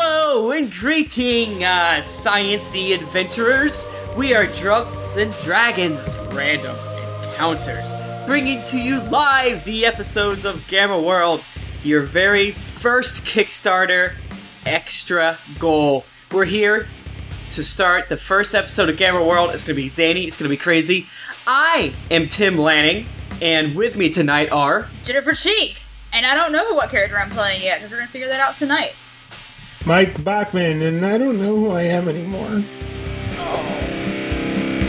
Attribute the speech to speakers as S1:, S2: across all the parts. S1: And greeting, uh, sciency adventurers. We are Drunks and Dragons Random Encounters, bringing to you live the episodes of Gamma World, your very first Kickstarter extra goal. We're here to start the first episode of Gamma World. It's going to be zany, it's going to be crazy. I am Tim Lanning, and with me tonight are
S2: Jennifer Cheek. And I don't know what character I'm playing yet because we're going to figure that out tonight.
S3: Mike Bachman, and I don't know who I am anymore.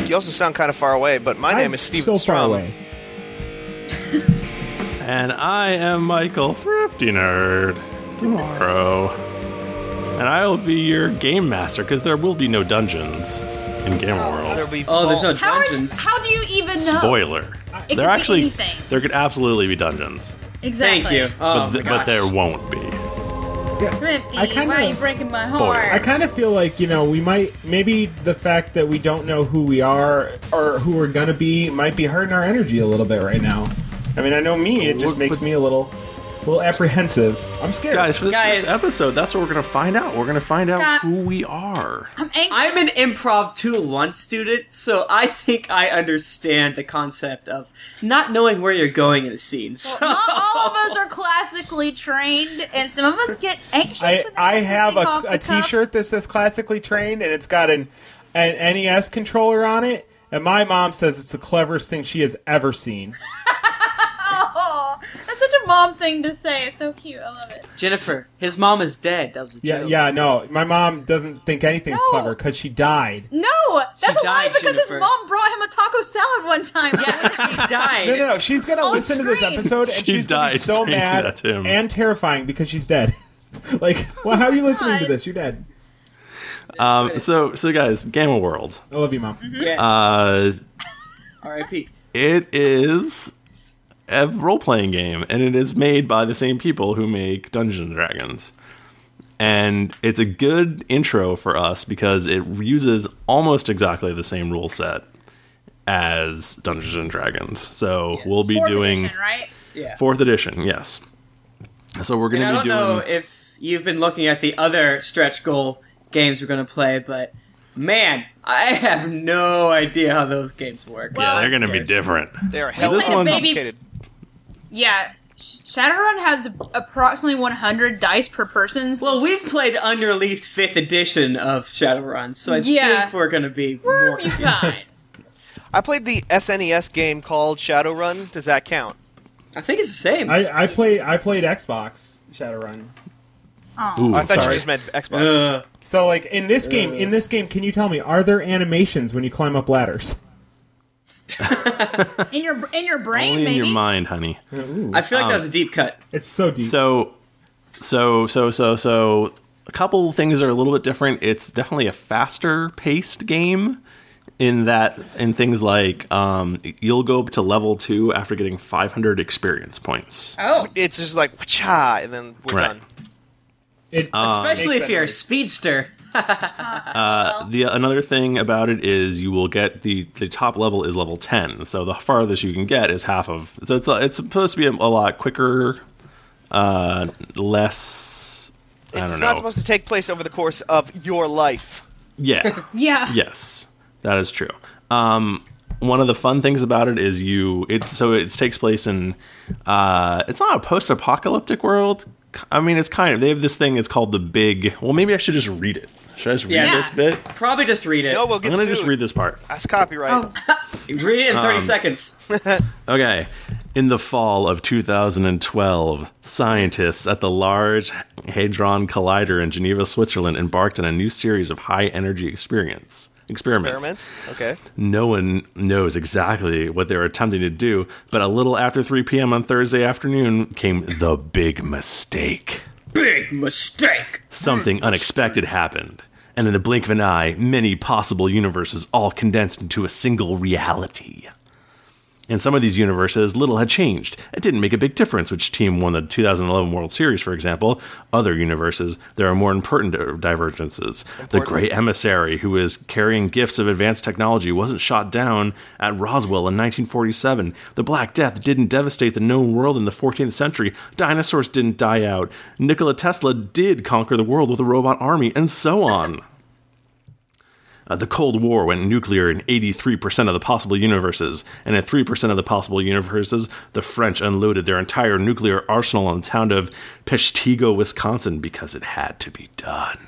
S4: You also sound kind of far away, but my name is Steven
S3: so far
S4: Strom.
S3: away.
S5: And I am Michael Thrifty Nerd tomorrow. And I will be your game master because there will be no dungeons in Game
S4: There'll
S5: World.
S4: be
S1: Oh, there's no
S4: vault.
S2: How, are,
S1: dungeons.
S2: how do you even know?
S5: Spoiler.
S2: could be
S5: There actually
S2: anything.
S5: there could absolutely be dungeons,
S2: Exactly.
S1: Thank you.
S5: but
S1: Oh,
S5: th-
S1: my
S5: but
S1: gosh.
S5: there won't be.
S2: Thrifty,
S3: I
S2: why
S3: kinda-
S2: are you breaking my heart?
S5: Spoiler.
S3: I kind of feel like, you know, we might, maybe the fact that we don't know who we are or who we're gonna be might be hurting our energy a little bit right now. I mean, I know me, it just
S5: Look,
S3: makes
S5: but-
S3: me a little, a little apprehensive. I'm scared.
S5: Guys, for this
S1: Guys.
S5: first episode, that's what we're gonna find out. We're gonna find out
S2: Guy-
S5: who we are.
S2: I'm anxious.
S1: I'm an improv 201 student, so I think I understand the concept of not knowing where you're going in a scene. So
S2: Not all of us are classically trained, and some of us get anxious.
S3: I,
S2: when
S3: I
S2: they
S3: have
S2: think off
S3: a,
S2: the
S3: a
S2: cuff.
S3: t-shirt that says classically trained and it's got an, an NES controller on it. And my mom says it's the cleverest thing she has ever seen.
S2: Oh, that's such a mom thing to say. It's so cute. I love it.
S1: Jennifer, his mom is dead. That was a
S3: Yeah,
S1: joke.
S3: yeah, no. My mom doesn't think anything's
S2: No.
S3: clever because she died.
S2: No, that's a lie
S1: died,
S2: because
S1: Jennifer.
S2: his mom brought him a taco salad one time.
S1: she died.
S3: No, no, no. She's gonna
S2: On
S3: listen to this
S2: screen.
S3: episode and
S5: She
S3: she's gonna be
S5: died
S3: so
S5: thinking
S3: mad
S5: that, Tim.
S3: and terrifying because she's dead. like, well, how are you listening to
S2: God.
S3: this? You're dead.
S5: Um, so so guys, Gamma World.
S3: I love you, mom.
S2: Mm-hmm.
S1: Yeah.
S5: Uh,
S1: R.I.P.
S5: It is a role playing game, and it is made by the same people who make Dungeons and Dragons. And it's a good intro for us because it uses almost exactly the same rule set as Dungeons and Dragons. So we'll be
S2: Fourth
S5: doing
S2: edition, right?
S1: Yeah.
S5: fourth edition, yes. So we're going
S1: And I
S5: to
S1: don't
S5: be doing.
S1: know if you've been looking at the other stretch goal games we're going to play, but man, I have no idea how those games work.
S5: yeah, they're
S1: I'm
S5: going to be
S1: scared.
S5: different.
S4: They are hell
S5: this
S4: this
S5: one's-
S4: complicated.
S2: Yeah. Sh- Shadowrun has approximately 100 dice per person. So
S1: Well, we've played unreleased fifth edition of Shadowrun, so I
S2: Yeah.
S1: think we're going to be
S2: we'll
S1: more
S2: be
S1: confused.
S2: fine.
S4: I played the SNES game called Shadowrun. Does that count?
S1: I think it's the same.
S3: I, I play. I played Xbox Shadowrun.
S2: Oh.
S5: Ooh,
S4: I thought you
S5: sorry. Uh,
S4: just meant Xbox.
S1: Ugh.
S3: So, like in this game, in this game, can you tell me are there animations when you climb up ladders?
S2: In your in your brain,
S5: Only in
S2: maybe.
S5: your mind, honey.
S3: Ooh,
S1: I feel like that was a deep cut.
S3: it's so deep.
S5: So, so, so, so, so, a couple things are a little bit different. It's definitely a faster paced game in that, in things like um, you'll go up to level two after getting 500 experience points.
S2: Oh,
S4: It's just like cha, and then we're
S5: Right.
S4: done.
S3: It-
S5: um, uh,
S1: Especially
S3: Makes
S1: if you're a
S3: sense.
S1: speedster.
S4: Oh.
S5: The another thing about it is you will get the the top level is level 10. So the farthest you can get is half of. So it's a, it's supposed to be a, a lot quicker, uh, less. I
S4: It's
S5: don't
S4: not
S5: know.
S4: supposed to take place over the course of your life.
S5: yeah.
S2: yeah.
S5: Yes, that is true. Um, one of the fun things about it is you. It's so it takes place in. Uh, it's not a post-apocalyptic world. I mean, it's kind of. They have this thing. It's called the Big. Well, maybe I should just read it. Should I just read
S1: Yeah.
S5: this bit?
S1: Probably just read it.
S4: No, we'll
S5: I'm
S4: get
S5: gonna
S4: sued.
S5: just read this part.
S4: That's copyright.
S2: Oh,
S1: Read it in
S5: um,
S1: 30 seconds.
S5: Okay. In the fall of 2012, scientists at the Large Hadron Collider in Geneva, Switzerland, embarked on a new series of high-energy experience experiments.
S4: Experiments. Okay.
S5: No one knows exactly what they're attempting to do, but a little after 3 p.m. on Thursday afternoon came the big mistake.
S1: Big mistake.
S5: Something unexpected happened, and in the blink of an eye, many possible universes all condensed into a single reality. In some of these universes, little had changed. It didn't make a big difference which team won the 2011 World Series, for example. Other universes, there are more important divergences. The great emissary who is carrying gifts of advanced technology wasn't shot down at Roswell in 1947. The Black Death didn't devastate the known world in the 14th century. Dinosaurs didn't die out. Nikola Tesla did conquer the world with a robot army, and so on. Uh, the Cold War went nuclear in 83% of the possible universes, and in 3% of the possible universes, the French unloaded their entire nuclear arsenal on the town of Peshtigo, Wisconsin, because it had to be done.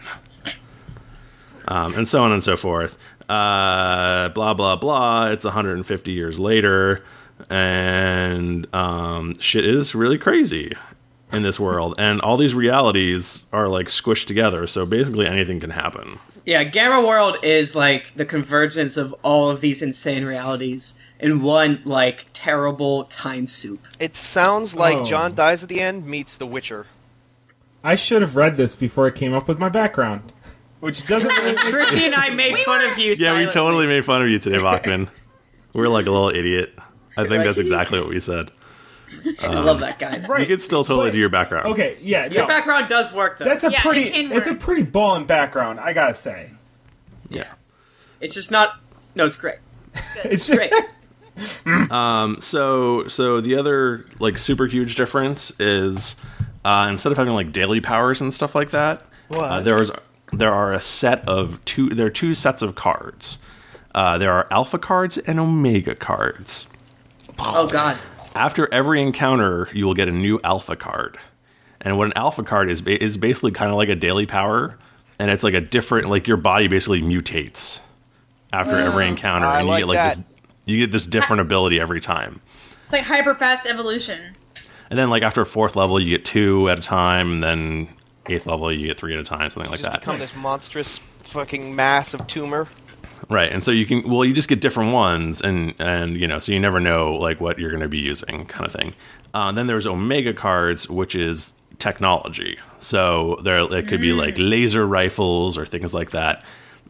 S5: Um, and so on and so forth. Uh, blah, blah, blah. It's 150 years later, and um, shit is really crazy in this world. And all these realities are like squished together, so basically anything can happen.
S1: Yeah, Gamma World is like the convergence of all of these insane realities in one like terrible time soup.
S4: It sounds like
S3: Oh.
S4: John dies at the end meets The Witcher.
S3: I should have read this before I came up with my background, which doesn't really
S1: Thrifty and I made fun of you.
S5: Yeah, we
S1: silently.
S5: totally made fun of you today, Bachman. We're like a little idiot. I think that's exactly what we said.
S1: I love that guy.
S5: You could still totally
S3: But-
S5: do your background.
S3: Okay, yeah,
S1: Your
S3: no,
S1: background does work though.
S3: that's a
S2: Yeah, it
S3: pretty.
S2: can
S3: it's a
S2: work.
S3: pretty ballin' background, I gotta say.
S5: Yeah.
S1: it's just not. No, it's great.
S3: It's just,
S1: Great.
S5: So, so the other like super huge difference is uh, instead of having like daily powers and stuff like that, uh,
S4: What?
S5: there is there are a set of two. There are two sets of cards. Uh, there are alpha cards and omega cards.
S1: oh God.
S5: after every encounter, you will get a new alpha card. And what an alpha card is is basically kind of like a daily power, and it's like a different like your body basically mutates after every encounter,
S4: Mm, I
S5: and you
S4: like
S5: get like
S4: that.
S5: this you get this different ability every time.
S2: It's like hyper fast evolution.
S5: And then like after fourth level, you get two at a time, and then eighth level, you get three at a time, something like
S4: Just
S5: that.
S4: become this monstrous fucking mass of tumor.
S5: Right, and so you can well, you just get different ones, and and you know, so you never know like what you're going to be using, kind of thing. Uh, then there's Omega cards, which is technology. So there, it could be like laser rifles or things like that,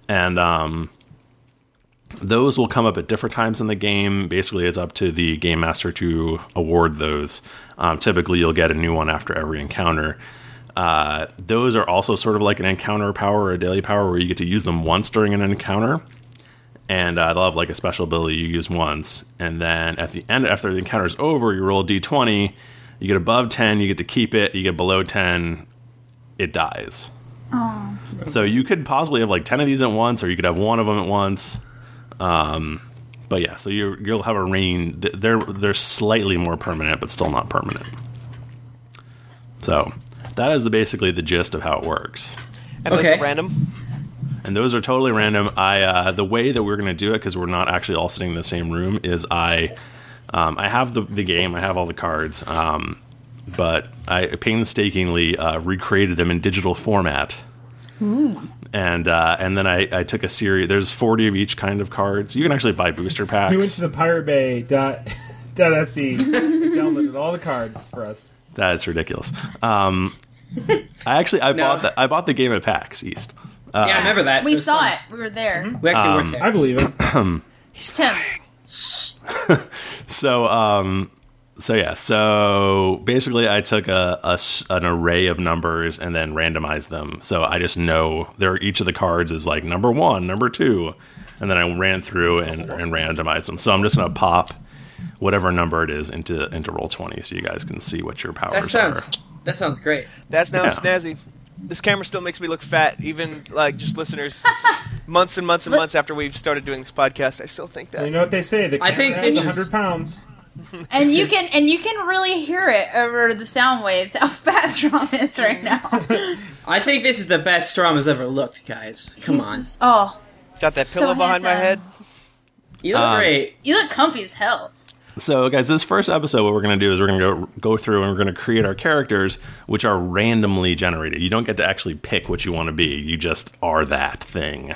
S5: and um, those will come up at different times in the game. Basically, it's up to the game master to award those. Um, typically, you'll get a new one after every encounter. Uh, those are also sort of like an encounter power or a daily power where you get to use them once during an encounter and uh, they'll have like a special ability you use once, and then at the end, after the encounter's over, you roll a d20. You get above ten, you get to keep it. You get below ten, it dies. So you could possibly have like ten of these at once, or you could have one of them at once. Um, but yeah, so you you'll have a range. th- They're they're slightly more permanent, but still not permanent. So that is the, basically the gist of how it works
S4: And okay.
S1: Okay.
S4: that's random.
S5: and those are totally random. I uh, the way that we're gonna do it because we're not actually all sitting in the same room is I um, I have the, the game, I have all the cards, um, but I painstakingly uh, recreated them in digital format. And uh, and then I, I took a series. There's 40 of each kind of cards. You can actually buy booster
S3: we went
S5: packs.
S3: to the Pirate Bay dot dot Etsy, downloaded all the cards for us.
S5: That's ridiculous. Um, I actually I bought the, I bought the game at PAX East.
S1: yeah, I remember that.
S2: We
S1: was
S2: saw
S1: fun. Mm-hmm.
S2: it. We were there.
S1: We actually
S5: Um,
S1: worked there.
S3: I believe it.
S2: Tim,
S5: So, um, so yeah, so basically, I took a, a s- an array of numbers and then randomized them. So I just know there each of the cards is like number one, number two, and then I ran through and, and randomized them. So I'm just gonna pop whatever number it is into into roll twenty, so you guys can see what your powers
S1: That sounds.
S5: are.
S1: That sounds great.
S4: That sounds
S5: Yeah.
S4: snazzy. This camera still makes me look fat, even like just listeners. months and months and months after we've started doing this podcast, I still think that.
S3: You know what they say? The
S1: I
S3: camera
S1: think
S3: has
S1: this is-
S3: 100 pounds.
S2: and you can and you can really hear it over the sound waves. How fast Ron is right now.
S1: I think this is the best Strama's ever looked, guys. Come on,
S2: He's- Oh,
S4: Got that
S2: So
S4: pillow behind my
S2: handsome.
S4: head.
S1: you look great.
S2: you look comfy as hell.
S5: So, guys, this first episode, what we're going to do is we're going to go, go through and we're going to create our characters, which are randomly generated. You don't get to actually pick what you want to be, you just are that thing.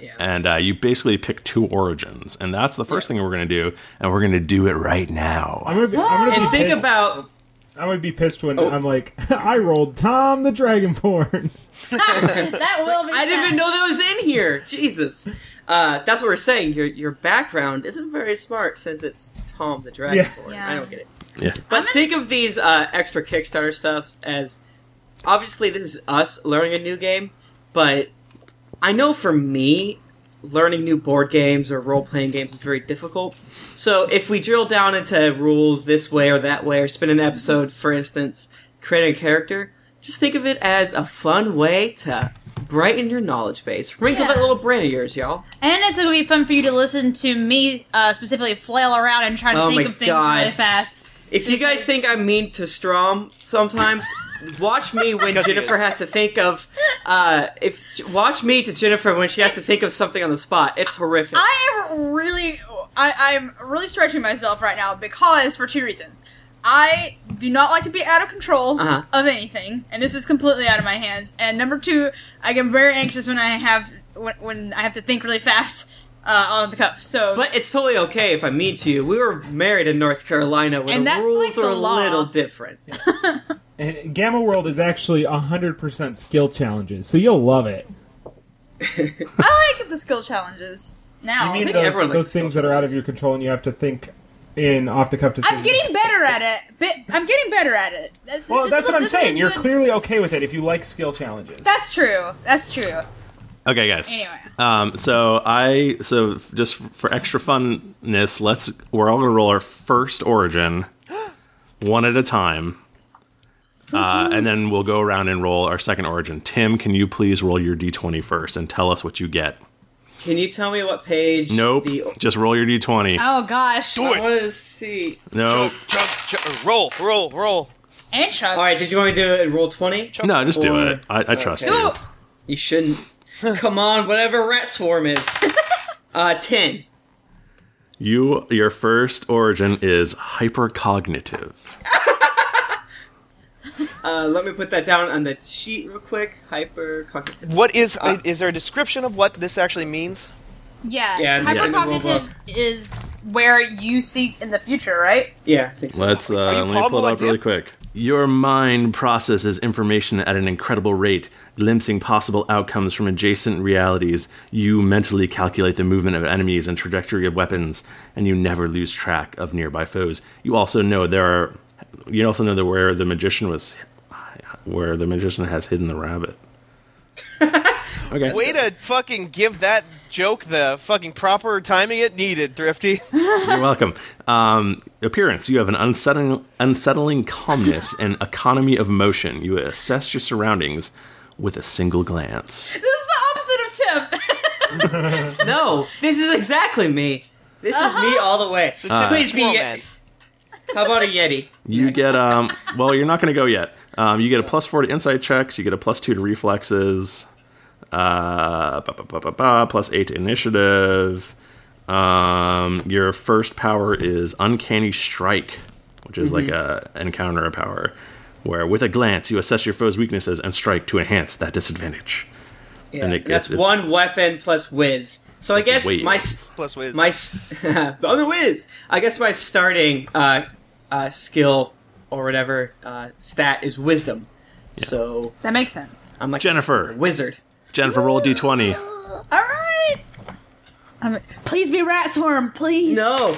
S1: Yeah.
S5: And uh, you basically pick two origins. And that's the first thing we're going to do. And we're going to do it right now.
S3: I'm gonna be, I'm gonna
S1: and
S3: be
S1: think
S3: pissed.
S1: about Oh.
S3: I would be pissed when I'm like, I rolled Tom the Dragonborn.
S2: that will be.
S1: I didn't even
S2: sad.
S1: know that was in here. Jesus. Uh, that's what we're saying. Your your background isn't very smart since it's Tom the Dragonborn.
S2: Yeah.
S1: I don't get it.
S5: Yeah.
S1: But think of these uh, extra Kickstarter stuffs as obviously this is us learning a new game, but I know for me, learning new board games or role playing games is very difficult. So if we drill down into rules this way or that way, or spin an episode, for instance, creating a character, just think of it as a fun way to brighten your knowledge base. Wrinkle
S2: Yeah.
S1: that little brain of yours, y'all.
S2: And it's going to be fun for you to listen to me uh, specifically flail around and try to
S1: Oh
S2: think
S1: my
S2: of things
S1: God.
S2: really fast.
S1: If you guys think I'm mean to Strom sometimes, watch me when
S4: Because he
S1: Jennifer
S4: is.
S1: has to think of. Uh, if watch me to Jennifer when she has to think of something on the spot. It's horrific.
S2: I am really, I, I'm really stretching myself right now because for two reasons. I do not like to be out of control
S1: Uh-huh.
S2: of anything, and this is completely out of my hands. And number two, I get very anxious when I have when, when I have to think really fast uh, on the cuff. So
S1: but it's totally okay if I'm mean to you. We were married in North Carolina, where
S2: And
S1: the
S2: that's
S1: rules
S2: like the
S1: are a
S2: law.
S1: little different.
S3: And Gamma World is actually 100% skill challenges, so you'll love it.
S2: I like the skill challenges now.
S3: You mean
S1: think
S3: those,
S1: everyone likes
S3: those
S1: skill
S3: things that are out of your control and you have to think in off the cuff decisions?
S2: I'm getting better at it. But I'm getting better at it. That's,
S3: Well,
S2: this
S3: that's
S2: is-
S3: what I'm
S2: this is a
S3: saying. You're
S2: good-
S3: clearly okay with it if you like skill challenges.
S2: That's true. That's true.
S5: Okay, guys.
S2: Anyway.
S5: Um, so I so f- just for extra funness, let's we're all gonna roll our first origin, one at a time, uh, and then we'll go around and roll our second origin. Tim, can you please roll your d20 first and tell us what you get?
S1: Can you tell me what page?
S5: Nope,
S1: The,
S5: just roll your d20.
S2: Oh gosh.
S4: Do
S1: I
S4: it.
S1: want to see.
S5: No,
S4: Chug, chug, roll, roll, roll.
S2: And Chuck.
S1: All right, did you want me to do it in roll twenty?
S5: no, just do
S1: Or-
S5: it. I, I trust
S1: Okay.
S5: you.
S2: Oh,
S1: You shouldn't. Come on, whatever rat swarm is. Uh, ten.
S5: You your first origin is hypercognitive.
S1: Uh, let me put that down on the sheet real quick. Hyper cognitive.
S4: What is is there a description of what this actually means?
S2: yeah.
S1: Yeah, and
S5: yes.
S2: Hypercognitive is where you see in the future, right?
S1: Yeah, I think so.
S5: Let's uh,
S4: you
S5: let me
S4: Pablo
S5: pull it up
S4: Idea?
S5: really quick. Your mind processes information at an incredible rate, glimpsing possible outcomes from adjacent realities. You mentally calculate the movement of enemies and trajectory of weapons, and you never lose track of nearby foes. You also know there are. You also know that where the magician was, where the magician has hidden the rabbit. okay.
S4: Way to fucking give that joke the fucking proper timing it needed, Thrifty.
S5: You're welcome. Um, appearance: You have an unsettling, unsettling calmness and economy of motion. You assess your surroundings with a single glance.
S2: This is the opposite of Tim.
S1: No, this is exactly me. This is me
S2: Uh-huh.
S1: all the way. Please be.
S4: Come on,
S1: Ye-
S4: man.
S1: How about a yeti?
S5: You get um. Well, you're not going to go yet. Um, you get a plus four to insight checks. You get a plus two to reflexes. Uh, ba, ba, ba, ba, ba, plus eight to initiative. Um, your first power is uncanny strike, which is like a encounter power, where with a glance you assess your foe's weaknesses and strike to enhance that disadvantage.
S1: Yeah,
S5: And it-
S1: that's
S5: it's- it's-
S1: one weapon plus whiz. So I guess my s-
S5: whiz.
S4: Plus whiz.
S1: my s- I'm a whiz. I guess my starting uh, uh, skill or whatever uh, stat is wisdom. So
S2: that makes sense.
S1: I'm like
S5: Jennifer.
S1: a wizard.
S5: Jennifer, roll a d20.
S2: Uh, All right. I'm, please be rat swarm, please.
S1: No,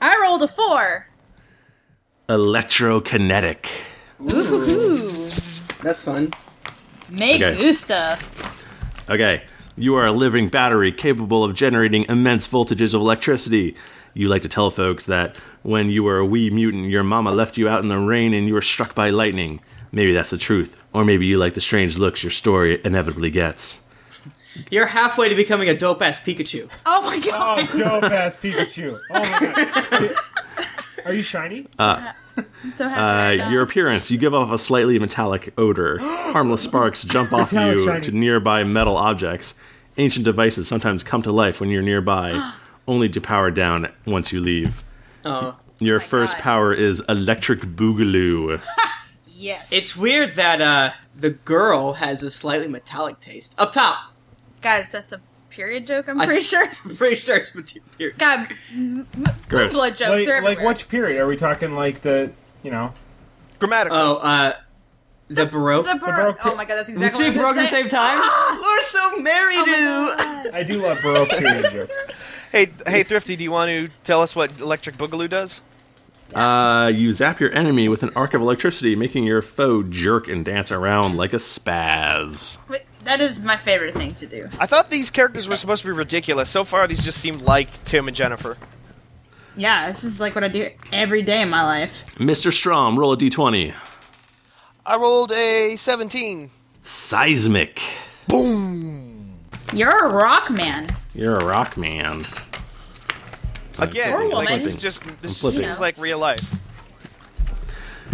S2: I rolled a four.
S5: Electrokinetic.
S1: that's fun.
S2: Me
S5: Okay.
S2: gusta.
S5: Okay. You are a living battery capable of generating immense voltages of electricity. You like to tell folks that when you were a wee mutant, your mama left you out in the rain and you were struck by lightning. Maybe that's the truth. Or maybe you like the strange looks your story inevitably gets.
S1: You're halfway to becoming a dope ass Pikachu.
S2: Oh my god.
S3: Oh, dope ass Pikachu. Oh my god. Are you shiny?
S2: Uh, I'm so
S5: Uh,
S2: happy.
S5: your appearance, you give off a slightly metallic odor. Harmless sparks jump off
S3: Metallic
S5: you
S3: shiny.
S5: to nearby metal objects. Ancient devices sometimes come to life when you're nearby, only to power down once you leave.
S1: Oh.
S5: Your first
S2: God.
S5: power is electric boogaloo.
S2: yes.
S1: It's weird that uh, the girl has a slightly metallic taste. Up top,
S2: guys. That's a period joke. I'm
S1: I-
S2: pretty sure.
S1: I'm pretty sure it's material.
S2: God, m- m-
S5: Gross.
S2: blood jokes
S3: Like,
S2: are
S3: like
S2: everywhere.
S3: which period? Are we talking like the you know.
S4: Grammatical.
S1: Oh, uh, the Baroque.
S2: The
S3: Baroque-
S2: Baroque. Oh my god, that's
S1: we
S2: exactly Ah! Oh
S1: say
S2: what I
S1: Baroque
S2: was
S1: at the
S2: gonna say.
S1: same time? We're so married, dude.
S3: I do love Baroque period jokes.
S4: hey, hey, Thrifty, do you want to tell us what Electric Boogaloo does?
S5: Uh, you zap your enemy with an arc of electricity, making your foe jerk and dance around like a spaz.
S2: Wait, that is my favorite thing to do.
S4: I thought these characters were supposed to be ridiculous. So far, these just seem like Tim and Jennifer.
S2: Yeah, this is like what I do every day in my life.
S5: Mr. Strom, roll a d20.
S4: I rolled a 17.
S5: Seismic.
S2: You're a rock man.
S5: You're a rock man.
S4: Again,
S5: I'm
S4: like,
S2: woman.
S4: this is just this
S5: flipping.
S4: seems like real life.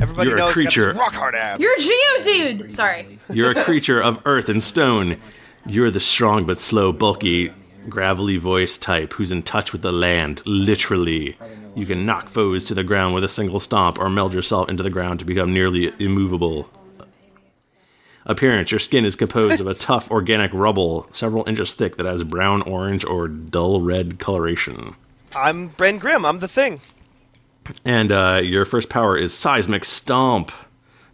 S4: Everybody
S5: You're a
S4: knows you got this
S5: creature.
S4: rock hard ass.
S2: You're a geo dude. Sorry.
S5: You're a creature of earth and stone. You're the strong but slow, bulky, gravelly voiced type who's in touch with the land, literally. You can knock foes to the ground with a single stomp or meld yourself into the ground to become nearly immovable. Appearance Your skin is composed of a tough organic rubble, several inches thick, that has brown, orange, or dull red coloration.
S4: I'm Ben Grimm. I'm the thing.
S5: And uh, your first power is Seismic Stomp.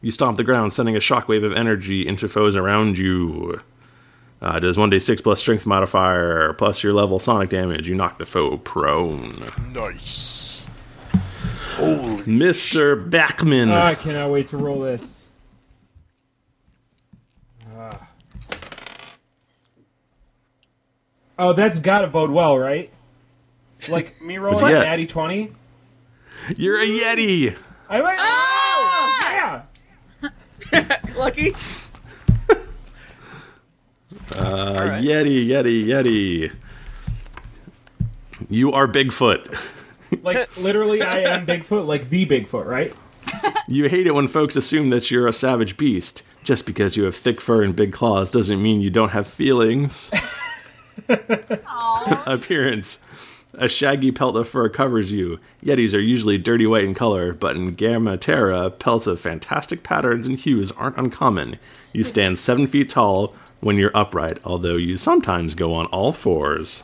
S5: You stomp the ground, sending a shockwave of energy into foes around you. Uh, does 1d6 plus strength modifier plus your level sonic damage. You knock the foe prone.
S4: Nice.
S5: Mr. Backman.
S3: Oh, I cannot wait to roll this. Ah. oh, that's gotta bode well, right? Like me rolling
S5: you
S3: a
S5: get?
S3: natty twenty.
S5: You're a Yeti.
S3: I might.
S2: Oh!
S3: Yeah.
S1: Lucky.
S5: A Yeti, Yeti, Yeti. You are Bigfoot.
S3: Like literally, I am Bigfoot, like the Bigfoot, right?
S5: You hate it when folks assume that you're a savage beast. Just because you have thick fur and big claws doesn't mean you don't have feelings. appearance. A shaggy pelt of fur covers you. Yetis are usually dirty white in color, but in Gamma Terra, pelts of fantastic patterns and hues aren't uncommon. You stand seven feet tall when you're upright, although you sometimes go on all fours.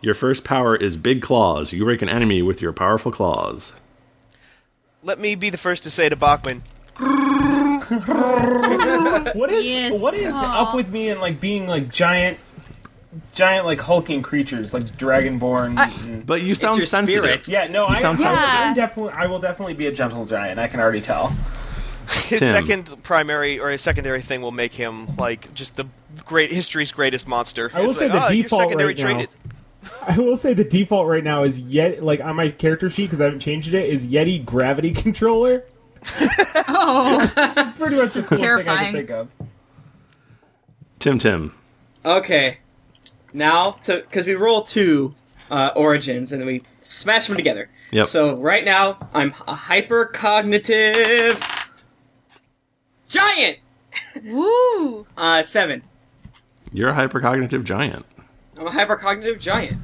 S5: Your first power is Big Claws. You rake an enemy with your powerful claws.
S4: Let me be the first to say to Bachman,
S3: What is
S2: Yes.
S3: what is up with me and like being like giant, giant like hulking creatures, like dragonborn. and-
S5: But you sound
S1: your
S5: sensitive.
S1: spirit.
S3: yeah, no, I,
S5: sound
S3: I,
S2: sensitive.
S3: I'm definitely. I will definitely be a gentle giant. I can already tell.
S4: his
S5: Tim.
S4: second primary or his secondary thing will make him like just the great history's greatest monster.
S3: I will
S4: It's
S3: say
S4: like,
S3: the
S4: "Ah, your
S3: default
S4: secondary
S3: right
S4: trait
S3: now-
S4: is-
S3: I will say the default right now is yet like on my character sheet because I haven't changed it is Yeti gravity controller.
S2: Oh,
S3: It's pretty much just the coolest thing
S2: terrifying.
S3: I can think of.
S5: Tim Tim.
S1: Okay. Now, to because we roll two uh, origins and then we smash them together.
S5: Yep.
S1: So right now I'm a hypercognitive giant.
S2: woo!
S1: Uh, seven.
S5: You're a hypercognitive giant.
S1: I'm a hypercognitive giant.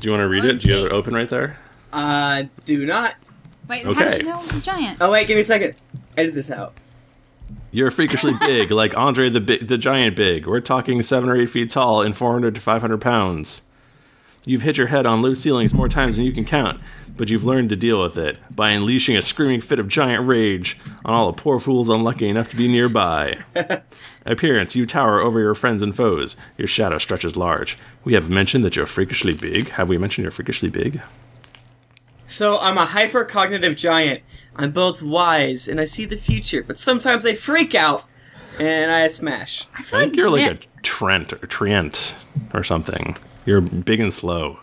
S5: Do you want to read it? Do you have it open right there?
S1: Uh, do not.
S2: Wait, how
S5: Okay.
S2: did you know it was a giant?
S1: Oh wait, give me a second. Edit this out.
S5: You're freakishly big, like Andre the big, the giant big. We're talking seven or eight feet tall and 400 to 500 pounds. You've hit your head on low ceilings more times than you can count, but you've learned to deal with it by unleashing a screaming fit of giant rage on all the poor fools unlucky enough to be nearby. Appearance You tower over your friends and foes. Your shadow stretches large. We have mentioned that you're freakishly big. Have we mentioned you're freakishly big?
S1: So I'm a hypercognitive giant. I'm both wise and I see the future, but sometimes I freak out and I smash.
S2: I, feel
S5: I think you're like
S2: men-
S5: a Trent or Trient or something. You're big and slow.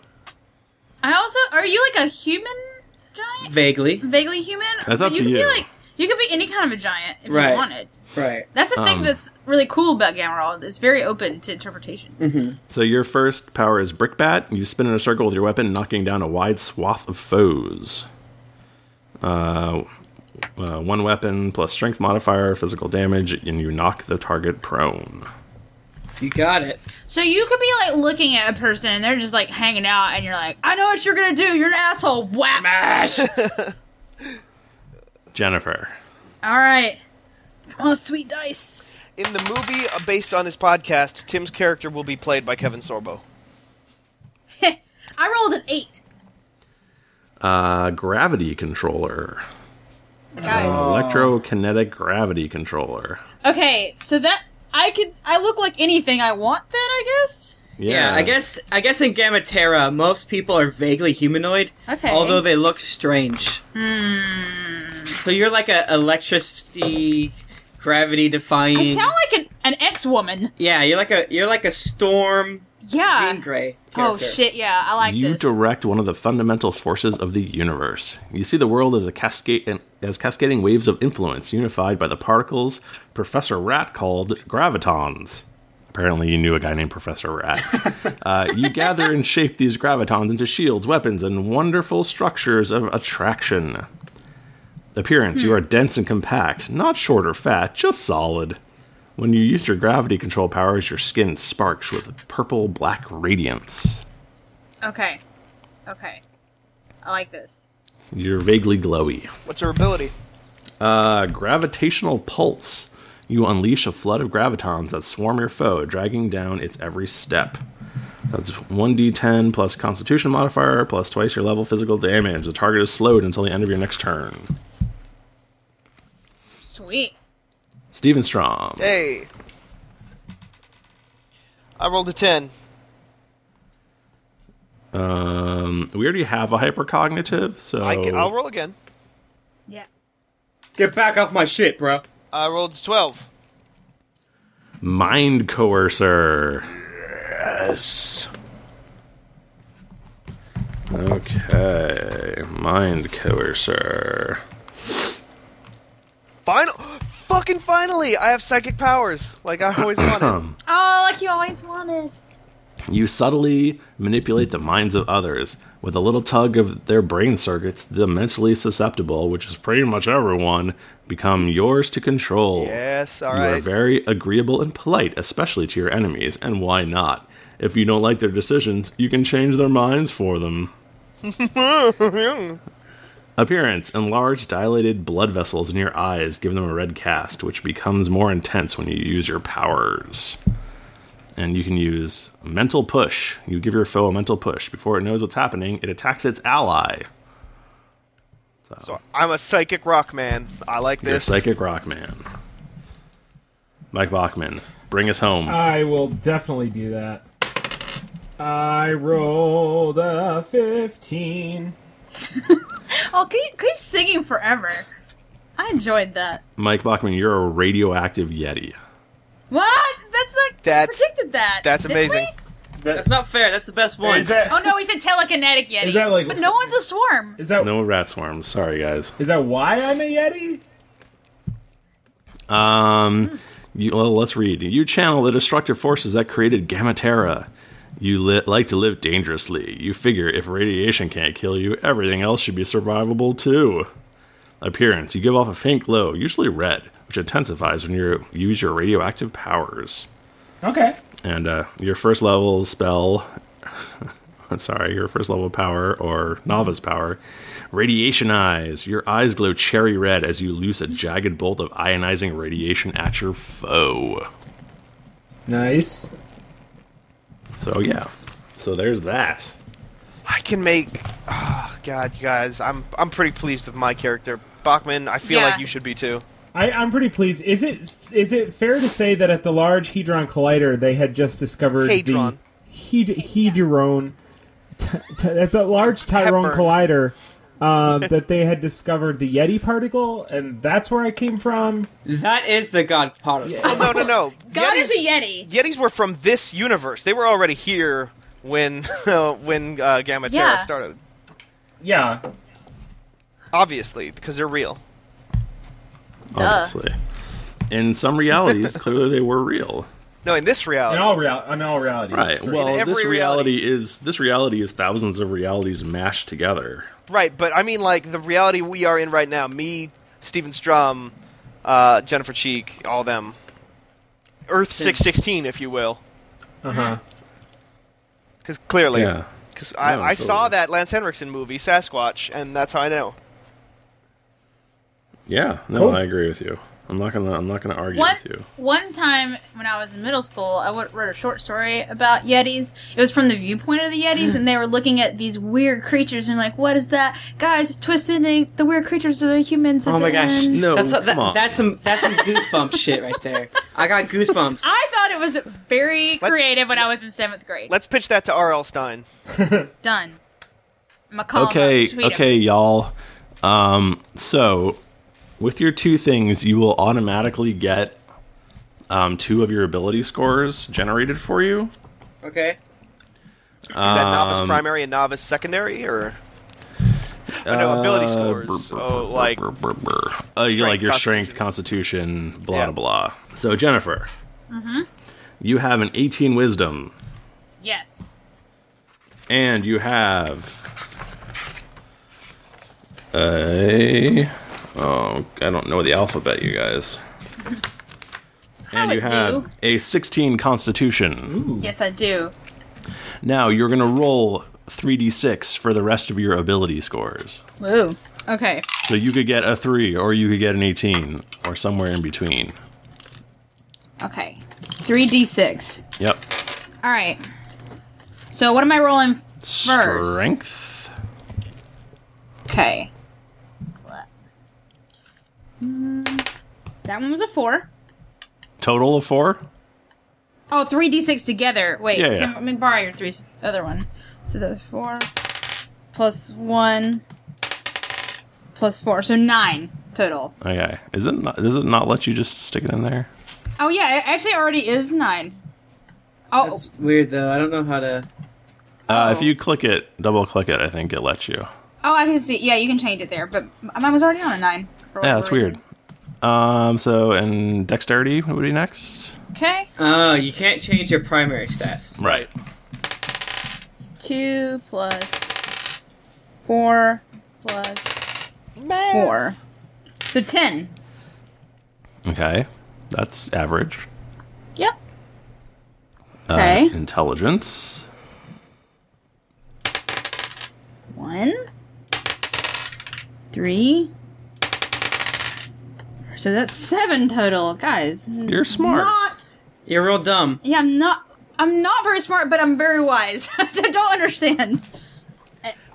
S2: I also are you like a human giant?
S1: Vaguely.
S2: Vaguely human?
S5: That's
S2: But
S5: up
S2: you
S5: to
S2: could
S5: you.
S2: Be like, you could be any kind of a giant if
S1: Right.
S2: you wanted.
S1: Right.
S2: That's the
S5: Um.
S2: thing that's really cool about Gamerald. It's very open to interpretation.
S1: Mm.
S5: So your first power is Brickbat. You spin in a circle with your weapon, knocking down a wide swath of foes. Uh, uh, one weapon plus strength modifier, physical damage, and you knock the target prone.
S1: You got it.
S2: So you could be like looking at a person and they're just like hanging out, and you're like, I know what you're gonna do. You're an asshole. Whap.
S1: Smash.
S5: Jennifer.
S2: All right. Come on, sweet dice.
S4: in the movie uh, based on this podcast. Tim's character will be played by Kevin Sorbo.
S2: I rolled an eight.
S5: Uh, gravity controller.
S1: Oh.
S2: guys.
S5: Electrokinetic gravity controller.
S2: Okay, so that I could I look like anything I want then, I guess.
S1: Yeah, I guess I guess in Gamma Terra, most people are vaguely humanoid,
S2: Okay. Hmm.
S1: although they look strange. So you're like a electricity, gravity
S2: I
S1: defying.
S2: sound like an, an ex-woman.
S1: yeah, you're like a you're like a storm
S2: Yeah.
S1: Jean Grey.
S2: oh
S1: character.
S2: shit, yeah, I like
S5: You
S2: this.
S5: direct one of the fundamental forces of the universe. You see the world as a cascade as cascading waves of influence unified by the particles Professor Rat called gravitons. Apparently, you knew a guy named Professor Rat. uh, you gather and shape these gravitons into shields, weapons, and wonderful structures of attraction. Appearance:
S2: Hmm.
S5: You are dense and compact, not short or fat, just solid. When you use your gravity control powers, your skin sparks with purple black radiance.
S2: okay. Okay. I like this.
S5: You're vaguely glowy.
S4: What's her ability?
S5: A gravitational pulse. You unleash a flood of gravitons that swarm your foe, dragging down its every step. That's 1d10 plus constitution modifier plus twice your level physical damage. The target is slowed until the end of your next turn.
S2: Sweet.
S5: Steven Strom.
S4: Hey. I rolled a 10.
S5: Um, we already have a hypercognitive, so.
S4: I can, I'll roll again.
S2: Yeah.
S1: Get back off my shit, bro.
S4: I rolled a 12.
S5: Mind Coercer. Yes. Okay. Mind Coercer.
S4: Final. Fucking finally! I have psychic powers, like I always wanted.
S2: Oh, like you always wanted.
S5: You subtly manipulate the minds of others. With a little tug of their brain circuits, the mentally susceptible, which is pretty much everyone, become yours to control.
S4: yes,
S5: you are
S4: alright.
S5: very agreeable and polite, especially to your enemies, and why not? If you don't like their decisions, you can change their minds for them. Appearance Enlarge dilated blood vessels in your eyes give them a red cast, which becomes more intense when you use your powers. And you can use mental push. You give your foe a mental push. Before it knows what's happening, it attacks its ally.
S4: So I'm a psychic rock man. I like
S5: Your
S4: this.
S5: psychic rock man. Mike Bachman, bring us home.
S3: I will definitely do that. I rolled a 15.
S2: Oh, keep, keep singing forever. I enjoyed that.
S5: Mike Bachman, you're a radioactive Yeti.
S2: What? That's like
S4: That's-
S2: predicted that.
S4: That's
S2: didn't
S4: amazing.
S2: we?
S1: That's not fair. That's the best one.
S3: Is that,
S2: Oh no, he said telekinetic yeti.
S3: Is that like-
S2: But no one's a swarm.
S3: is that,
S5: No rat swarms. Sorry, guys.
S3: is that why I'm a Yeti?
S5: Um, you, well, let's read. You channel the destructive forces that created Gamma Terra. You li- like to live dangerously. You figure if radiation can't kill you, everything else should be survivable too. Appearance. You give off a faint glow, usually red, which intensifies when you use your radioactive powers.
S3: Okay.
S5: And uh, your first level spell, sorry, your first level power or novice power, radiation eyes. Your eyes glow cherry red as you loose a jagged bolt of ionizing radiation at your foe.
S3: Nice.
S5: So yeah, so there's that.
S4: I can make. Oh, God, you guys, I'm I'm pretty pleased with my character. Bachman, I feel
S2: Yeah.
S4: like you should be too.
S3: I, I'm pretty pleased. Is it is it fair to say that at the Large Hadron Collider they had just discovered
S4: Hadron.
S3: the Hed- Hedron t- t- at the Large Tyrone
S4: Pepper.
S3: Collider uh, that they had discovered the Yeti particle, and that's where I came from.
S1: That is the god particle.
S3: Yeah.
S4: No, no, no.
S2: God
S4: Yetis,
S2: is a yeti.
S4: Yetis were from this universe. They were already here when when uh, Gamma Terra
S2: Yeah.
S4: started.
S3: Yeah,
S4: Obviously, because they're real.
S5: Obviously, in some realities, clearly they were real.
S4: No, in this reality.
S3: in all real in all reality.
S5: Right.
S4: In
S5: Well,
S4: every
S5: this reality is this reality is thousands of realities mashed together.
S4: Right, but I mean, like, the reality we are in right now me, Steven Strom, uh, Jennifer Cheek, all them. Earth 616, if you will.
S3: Uh huh.
S4: Because clearly.
S5: Yeah.
S4: Because I,
S5: No,
S4: I saw
S5: totally.
S4: that Lance Henriksen movie, Sasquatch, and that's how I know.
S5: Yeah. No,
S3: Cool.
S5: I agree with you. I'm not gonna. I'm not gonna argue
S2: One,
S5: with you.
S2: one time when I was in middle school, I wrote wrote a short story about Yetis. It was from the viewpoint of the
S5: Hmm.
S2: Yetis, and they were looking at these weird creatures and like, what is that? Guys, twisted Inc., the weird creatures are the humans. At
S1: Oh my
S2: the
S1: gosh!
S2: end."
S5: No,
S1: that's,
S5: come
S1: that-
S5: on.
S1: that's some that's some goosebump shit right there. I got goosebumps.
S2: I thought it was very
S4: Let-
S2: creative when I was in seventh grade.
S4: Let's pitch that to R.L. Stein.
S2: Done. I'm gonna call him
S5: Okay,
S2: up, tweet him.
S5: okay, y'all. Um, so with your two things, you will automatically get um, two of your ability scores generated for you.
S1: Okay.
S4: Is that
S5: Um,
S4: novice primary and novice secondary, or oh, no ability
S5: Uh,
S4: scores?
S5: brr, brr,
S4: so
S5: brr,
S4: like,
S5: brr, brr, brr. Uh,
S4: strength,
S5: you like your
S4: constitution.
S5: strength, constitution, blah
S4: Yeah.
S5: blah blah. So Jennifer, you have an 18 wisdom,
S2: Yes.
S5: and you have a oh I don't know the alphabet, you guys. And
S2: I
S5: you
S2: would
S5: have
S2: do.
S5: a 16 constitution.
S2: Yes, I do.
S5: Now you're gonna roll 3d6 for the rest of your ability scores.
S2: Woo. Okay.
S5: So you could get a three, or you could get an eighteen, or somewhere in between.
S2: Okay. 3d6.
S5: Yep.
S2: All right. So what am I rolling? First.
S5: Strength.
S2: Okay. Mm, That one was a four.
S5: Total of four.
S2: Oh, 3d6 together. Wait,
S5: Yeah, yeah.
S2: Tim, let me borrow your three other one. So the four plus one plus four. So nine total.
S5: Okay. Is it? Not, does it not let you just stick it in there?
S2: Oh, yeah, it actually already is nine. Oh,
S1: That's weird though. I don't know how to.
S5: Uh, if
S2: Oh.
S5: you click it, double click it, I think it lets you.
S2: oh, I can see. Yeah, you can change it there, but mine was already on a nine. for
S5: Yeah,
S2: whatever
S5: that's weird.
S2: reason.
S5: Um. So, and dexterity what would be next.
S2: Okay.
S1: Oh, you can't change your primary stats.
S5: Right.
S2: Two plus four plus four. So ten.
S5: Okay. That's average.
S2: Yep.
S5: Uh,
S2: Okay.
S5: intelligence.
S2: One. Three. So that's seven total, guys.
S5: You're smart.
S2: Not
S1: You're real dumb.
S2: yeah, I'm not I'm not very smart, but I'm very wise. I don't understand.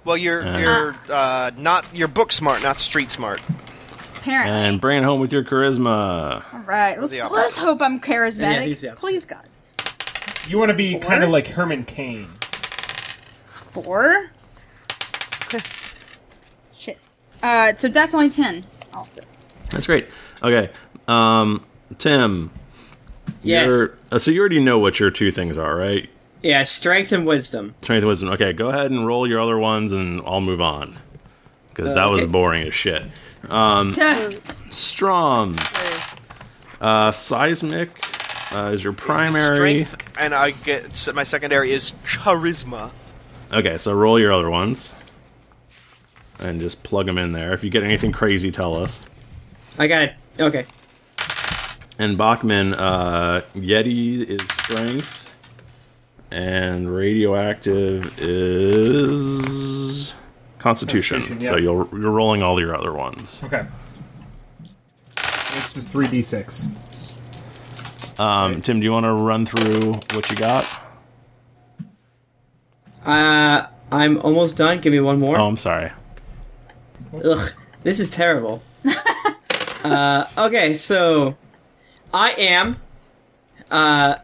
S4: well, you're
S5: Uh.
S4: you're uh, not you're book smart, not street smart.
S2: Apparently.
S5: And bring it home with your charisma.
S2: All right. Let's
S4: The opposite.
S2: let's hope I'm
S1: Yeah,
S2: charismatic.
S1: he's the opposite.
S2: Please God.
S3: You want to be kind of like Herman Cain.
S2: Four. Shit. Uh, so that's only ten. Also.
S5: That's great. Okay. Um. Tim.
S1: Yes.
S5: You're, uh, so you already know what your two things are, right?
S1: Yeah, strength and wisdom.
S5: Strength and wisdom. Okay, go ahead and roll your other ones, and I'll move on because that was
S1: Okay.
S5: boring as shit. Strom, uh, seismic uh, is your primary.
S4: Strength, and I get so my secondary is charisma.
S5: Okay, so roll your other ones and just plug them in there. If you get anything crazy, tell us.
S1: I got it. Okay.
S5: And Bachman, uh, Yeti is strength, and radioactive is constitution.
S3: Constitution,
S5: So
S3: yeah.
S5: you're you're rolling all your other ones.
S3: Okay. It's just 3d6.
S5: Um, Tim, do you want to run through what you got?
S1: Uh, I'm almost done. Give me one more.
S5: Oh, I'm sorry.
S1: Ugh, this is terrible. uh, okay, so I am. Uh,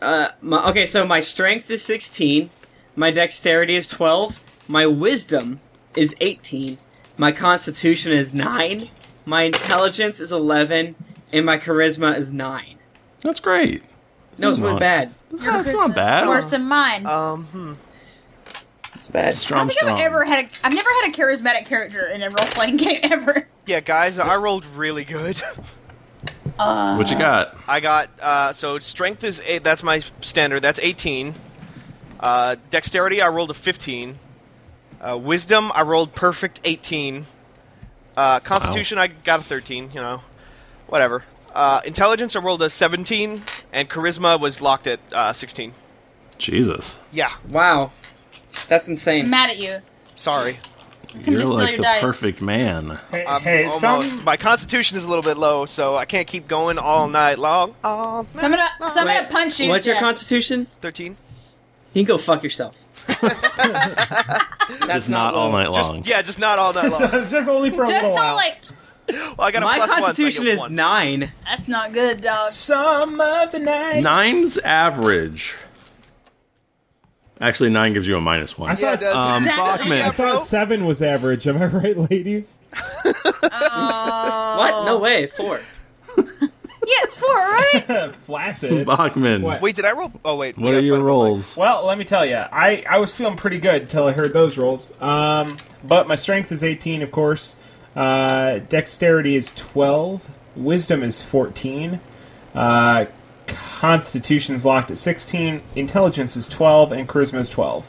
S1: uh, my, okay, so my strength is 16, my dexterity is 12, my wisdom is 18, my constitution is 9, my intelligence is 11, and my charisma is 9.
S5: That's great.
S1: No, it's
S5: Come
S1: not
S5: on.
S1: bad.
S5: That's not bad.
S2: Worse than mine.
S4: Um, hmm.
S1: It's bad.
S2: I
S5: Strong,
S2: don't think
S5: strong.
S2: I've ever had a. I've never had a charismatic character in a role playing game ever.
S4: yeah, guys, I rolled really good.
S5: what you got?
S4: I got uh, so strength is eight. That's my standard. That's eighteen. Uh, dexterity, I rolled a fifteen. Uh, wisdom, I rolled perfect eighteen. Uh, constitution, I got a thirteen. You know, whatever. Uh, intelligence, I rolled a seventeen, and charisma was locked at uh, sixteen.
S5: Jesus.
S4: Yeah,
S1: Wow. That's insane.
S2: I'm mad at you.
S4: sorry.
S2: can
S5: You're
S2: just steal
S5: like
S2: your
S5: the
S2: dice.
S5: perfect man.
S3: Hey,
S4: I'm
S3: hey, some
S4: almost. My constitution is a little bit low, so I can't keep going all night long. All
S2: So I'm gonna, so I'm
S1: Wait,
S2: gonna punch you.
S1: What's your
S2: to death.
S1: constitution?
S4: thirteen.
S1: You can go fuck yourself. That's
S5: It's not all
S1: low.
S5: night
S4: Just,
S5: long.
S4: yeah, just not all night long.
S3: it's just only for a little
S2: Just so
S3: while.
S2: like
S4: Well, I got a
S1: My
S4: plus one, so I
S1: constitution
S4: get
S1: is
S4: one.
S1: nine.
S2: that's not good, dog.
S3: some of the night.
S5: Nine's average. Actually, nine gives you a minus one.
S3: I
S4: Yeah,
S3: thought,
S4: it does.
S5: Um,
S2: Exactly.
S5: Bachman.
S3: I thought seven was average. Am I right, ladies?
S2: Oh.
S1: What? No way. Four.
S2: Yeah, it's four, right?
S3: Flaccid.
S5: Bachman,
S3: What?
S4: Wait, did I roll? Oh wait.
S5: what are your rolls?
S3: Well, let me tell you, I, I was feeling pretty good till I heard those rolls. Um, but my strength is 18, of course. Uh, dexterity is 12. Wisdom is 14. Uh, Constitution's locked at 16. Intelligence is 12. And Charisma is 12.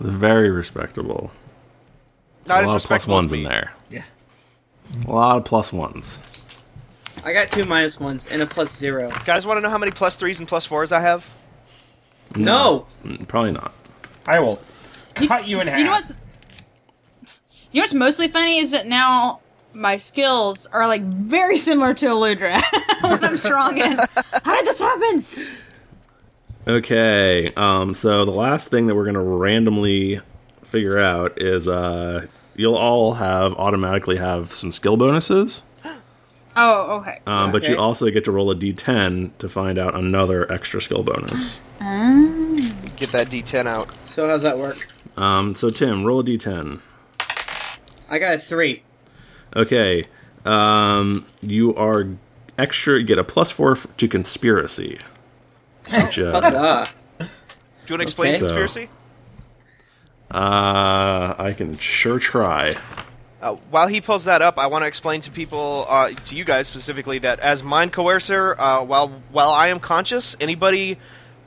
S5: Very respectable.
S4: Not
S5: a
S4: as
S5: lot of plus
S4: respectable as
S5: ones in
S4: me.
S5: there.
S3: Yeah.
S5: A lot of plus ones.
S1: I got two minus ones and a plus zero.
S4: Guys, want to know how many plus threes and plus fours I have?
S1: No.
S5: Mm, Probably not.
S3: I will cut you in half.
S2: You know what's you know what's mostly funny is that now my skills are like very similar to Eludra. what I'm strong in. How did this happen?
S5: Okay, um, so the last thing that we're gonna randomly figure out is uh, you'll all have automatically have some skill bonuses,
S2: Oh, okay.
S5: um, but you
S1: Okay.
S5: also get to roll a d10 to find out another extra skill bonus.
S4: Get that D10 out.
S1: So how's that work?
S5: Um, so Tim, roll a d10.
S1: I got a three.
S5: Okay, um, you are extra get a plus four f- to conspiracy. Which, uh,
S1: Duh.
S4: Do you want to explain
S1: Okay.
S4: conspiracy?
S5: uh, I can sure try.
S4: Uh, while he pulls that up, I want to explain to people, uh, to you guys specifically, that as mind coercer, uh, while while I am conscious, anybody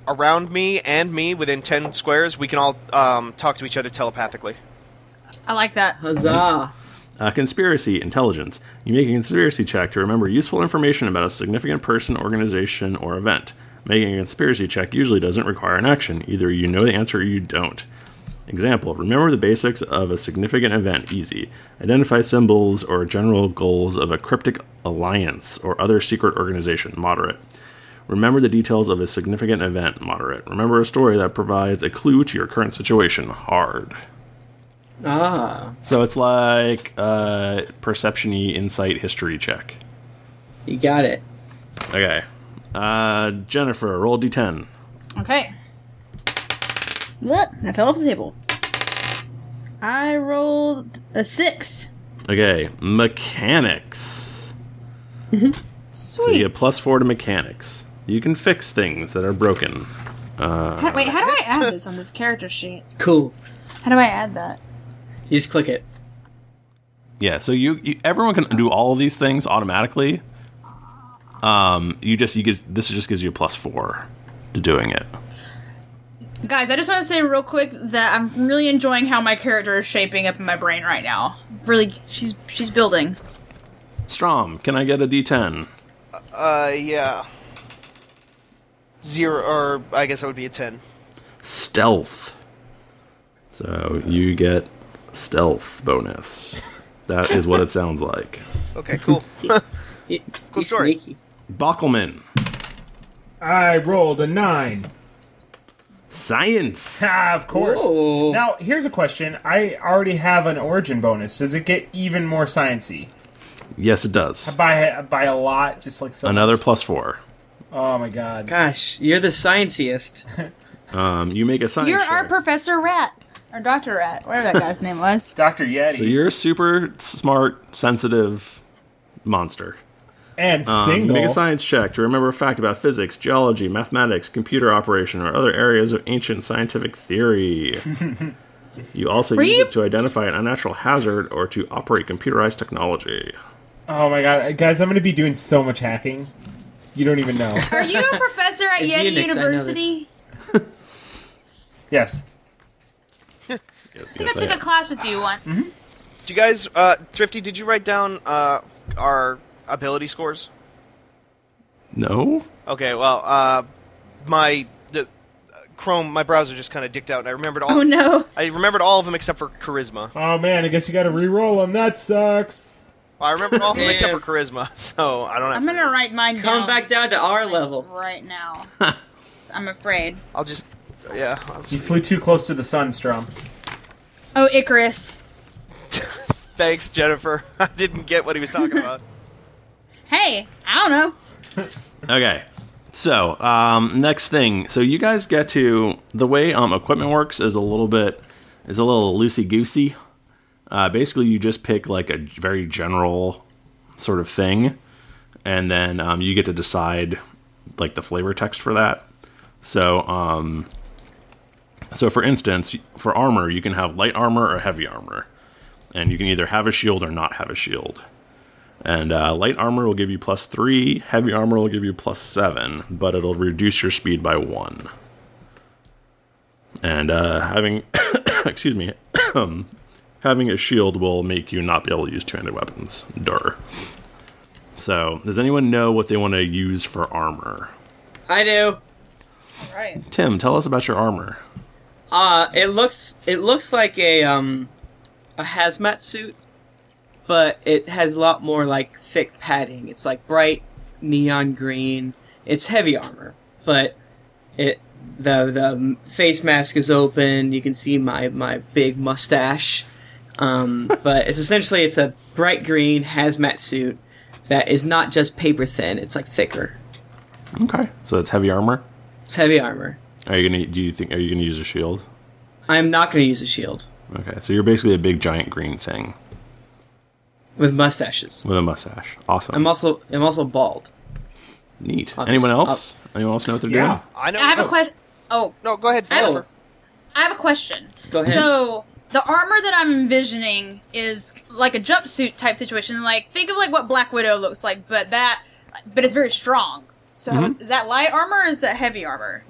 S4: around me and me within ten squares, we can all um, talk to each other telepathically.
S2: I like that.
S1: Huzzah.
S5: Uh, conspiracy intelligence. You make a conspiracy check to remember useful information about a significant person, organization, or event. Making a conspiracy check usually doesn't require an action. Either you know the answer or you don't. Example: Remember the basics of a significant event. Easy. Identify symbols or general goals of a cryptic alliance or other secret organization. Moderate. Remember the details of a significant event. Moderate. Remember a story that provides a clue to your current situation. Hard.
S1: Ah.
S5: So it's like uh, perception y insight history check.
S1: You got it.
S5: Okay. Uh, Jennifer, roll d10.
S2: Okay. Look, I fell off the table. I rolled a six.
S5: Okay. Mechanics. So
S2: Sweet.
S5: you get plus four to mechanics. You can fix things that are broken.
S2: How- wait, how do I add this on this character sheet?
S1: Cool.
S2: How do I add that?
S1: You just click it.
S5: Yeah. So you, you everyone can do all of these things automatically. Um, you just you get this just gives you a plus four to doing it.
S2: Guys, I just want to say real quick that I'm really enjoying how my character is shaping up in my brain right now. Really, she's she's building.
S5: Strom, can I get a d10?
S4: Uh, yeah. Zero, or I guess that would be a ten.
S5: stealth. So you get stealth bonus. That is what it sounds like.
S4: Okay, cool.
S1: You,
S4: Cool
S1: you
S4: story.
S1: sneaky.
S5: Bockelman,
S3: I rolled a nine.
S5: science.
S3: Ah, of course.
S1: Whoa.
S3: Now, here's a question. I already have an origin bonus. Does it get even more sciency?
S5: Yes, it does.
S3: By by a lot, just like so.
S5: Another plus four.
S3: Oh my god.
S1: Gosh, you're the scienciest.
S5: Um, you make a science.
S2: You're our
S5: check.
S2: Professor Rat or Doctor Rat, whatever that guy's name was.
S3: Dr. Yeti
S5: So you're a super smart, sensitive monster.
S3: and
S5: Um,
S3: single.
S5: Make a science check to remember a fact about physics, geology, mathematics, computer operation, or other areas of ancient scientific theory. you also
S2: Were
S5: use
S2: you-
S5: it to identify an unnatural hazard or to operate computerized technology.
S3: oh my god, guys, I'm going to be doing so much hacking. You don't even know.
S2: Are you a professor at
S1: It's
S2: Yeti
S1: Unix, I know
S2: University?
S3: yes.
S2: I think I took a class with you once.
S4: Did you guys, uh, Thrifty, did you write down uh, our ability scores?
S5: No?
S4: Okay, well, uh, my the, uh, Chrome, my browser just kind of dicked out, and I remembered all.
S2: Oh no.
S4: I remembered all of them except for charisma.
S3: Oh man, I guess you got to re-roll them. That sucks.
S4: I remembered all of them
S1: Yeah.
S4: except for charisma, so I don't
S2: I'm
S4: know.
S2: gonna write mine
S1: Come
S2: down
S1: back down to our level.
S2: right now. I'm afraid.
S4: I'll just, yeah. I'll
S3: You
S4: just-
S3: flew too close to the sun, Strom.
S2: Oh Icarus.
S4: Thanks, Jennifer. I didn't get what he was talking about.
S2: Hey, I don't know.
S5: Okay. So, um, next thing. So you guys get to the way um, equipment works is a little bit is a little loosey goosey. Uh, basically, you just pick like a very general sort of thing, and then um, you get to decide like the flavor text for that. So, um, so for instance, for armor, you can have light armor or heavy armor, and you can either have a shield or not have a shield. And uh, light armor will give you plus three, heavy armor will give you plus seven, but it'll reduce your speed by one. And uh, having, excuse me, having a shield will make you not be able to use two handed weapons. Dur. So, does anyone know what they want to use for armor?
S1: I do.
S2: Right.
S5: Tim, tell us about your armor.
S1: Uh, it looks it looks like a um a hazmat suit, but it has a lot more like thick padding. It's like bright neon green. It's heavy armor, but it the the face mask is open. You can see my my big mustache. Um, but it's essentially it's a bright green hazmat suit that is not just paper thin. It's like thicker.
S5: Okay. So it's heavy armor.
S1: It's heavy armor.
S5: Are you gonna? Do you think? Are you gonna use a shield?
S1: I'm not going to use a shield
S5: Okay. So you're basically a big giant green thing
S1: with mustaches.
S5: with a mustache. Awesome.
S1: I'm also I'm also bald.
S5: Neat.
S1: Up-
S5: Anyone
S1: up.
S5: else? Anyone else know what they're
S3: Yeah.
S5: doing?
S4: I know.
S2: I have
S4: oh,
S2: a question. Oh,
S4: No, go ahead,
S2: I have
S4: Jennifer.
S2: a, I have a question.
S1: Go ahead.
S2: So the armor that I'm envisioning is like a jumpsuit type situation. Like think of like what Black Widow looks like, but that, but it's very strong. So
S1: Mm-hmm.
S2: is that light armor or is that heavy armor?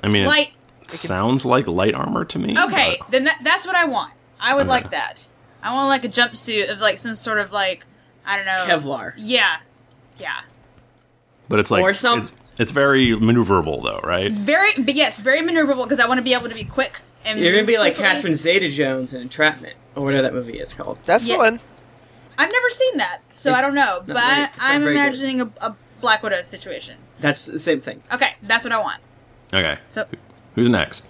S5: I mean,
S2: Light.
S5: it sounds like light armor to me.
S2: Okay,
S5: but-
S2: then that, that's what I want. I would
S5: Okay.
S2: like that. I want like a jumpsuit of like some sort of like I don't know
S1: Kevlar.
S2: Yeah, yeah.
S5: But it's like
S1: Or some-
S5: It's, it's very maneuverable, though, right?
S2: Very, but yes, very maneuverable because I want to be able to be quick. And
S1: You're gonna be like
S2: quickly.
S1: Catherine Zeta Jones in Entrapment, or whatever that movie is called.
S4: That's
S2: Yeah.
S4: the one.
S2: I've never seen that, so I
S1: It's
S2: don't know.
S1: not
S2: But
S1: very- it's not
S2: I'm
S1: very good.
S2: imagining a, a Black Widow situation.
S1: That's the same thing.
S2: Okay, that's what I want.
S1: Mm-hmm.
S5: Okay.
S2: So
S5: Who's next?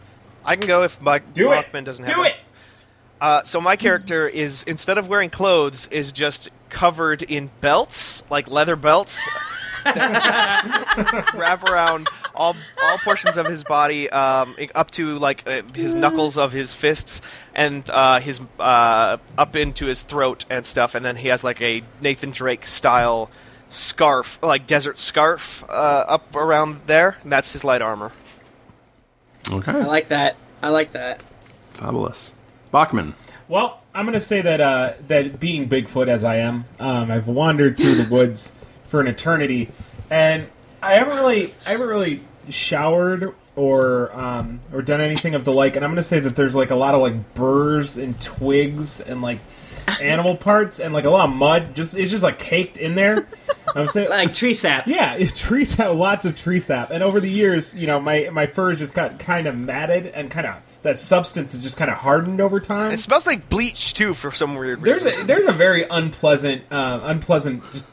S4: I can go if Mike
S3: Do
S4: Bachman
S3: it.
S4: doesn't have
S3: Do
S4: one.
S3: it.
S4: Uh, so my character is instead of wearing clothes, is just covered in belts, like leather belts, that wrap around all all portions of his body, um, i- up to like uh, his knuckles of his fists, and uh, his uh, up into his throat and stuff. And then he has like a Nathan Drake style scarf, like desert scarf, uh, up around there. And that's his light armor.
S5: Okay.
S1: I like that. I like that.
S5: Fabulous. Bachman.
S3: Well, I'm going to say that uh, that being Bigfoot as I am, um, I've wandered through the woods for an eternity, and I haven't really, I haven't really showered or um, or done anything of the like. And I'm going to say that there's like a lot of like burrs and twigs and like animal parts and like a lot of mud. Just it's just like caked in there. I'm saying
S1: Like tree sap.
S3: yeah, it, tree sap, lots of tree sap, and over the years, you know, my my fur has just got kind of matted and kind of that substance is just kind of hardened over time.
S4: It smells like bleach too, for some weird
S3: There's
S4: reason.
S3: a there's a very unpleasant uh, unpleasant just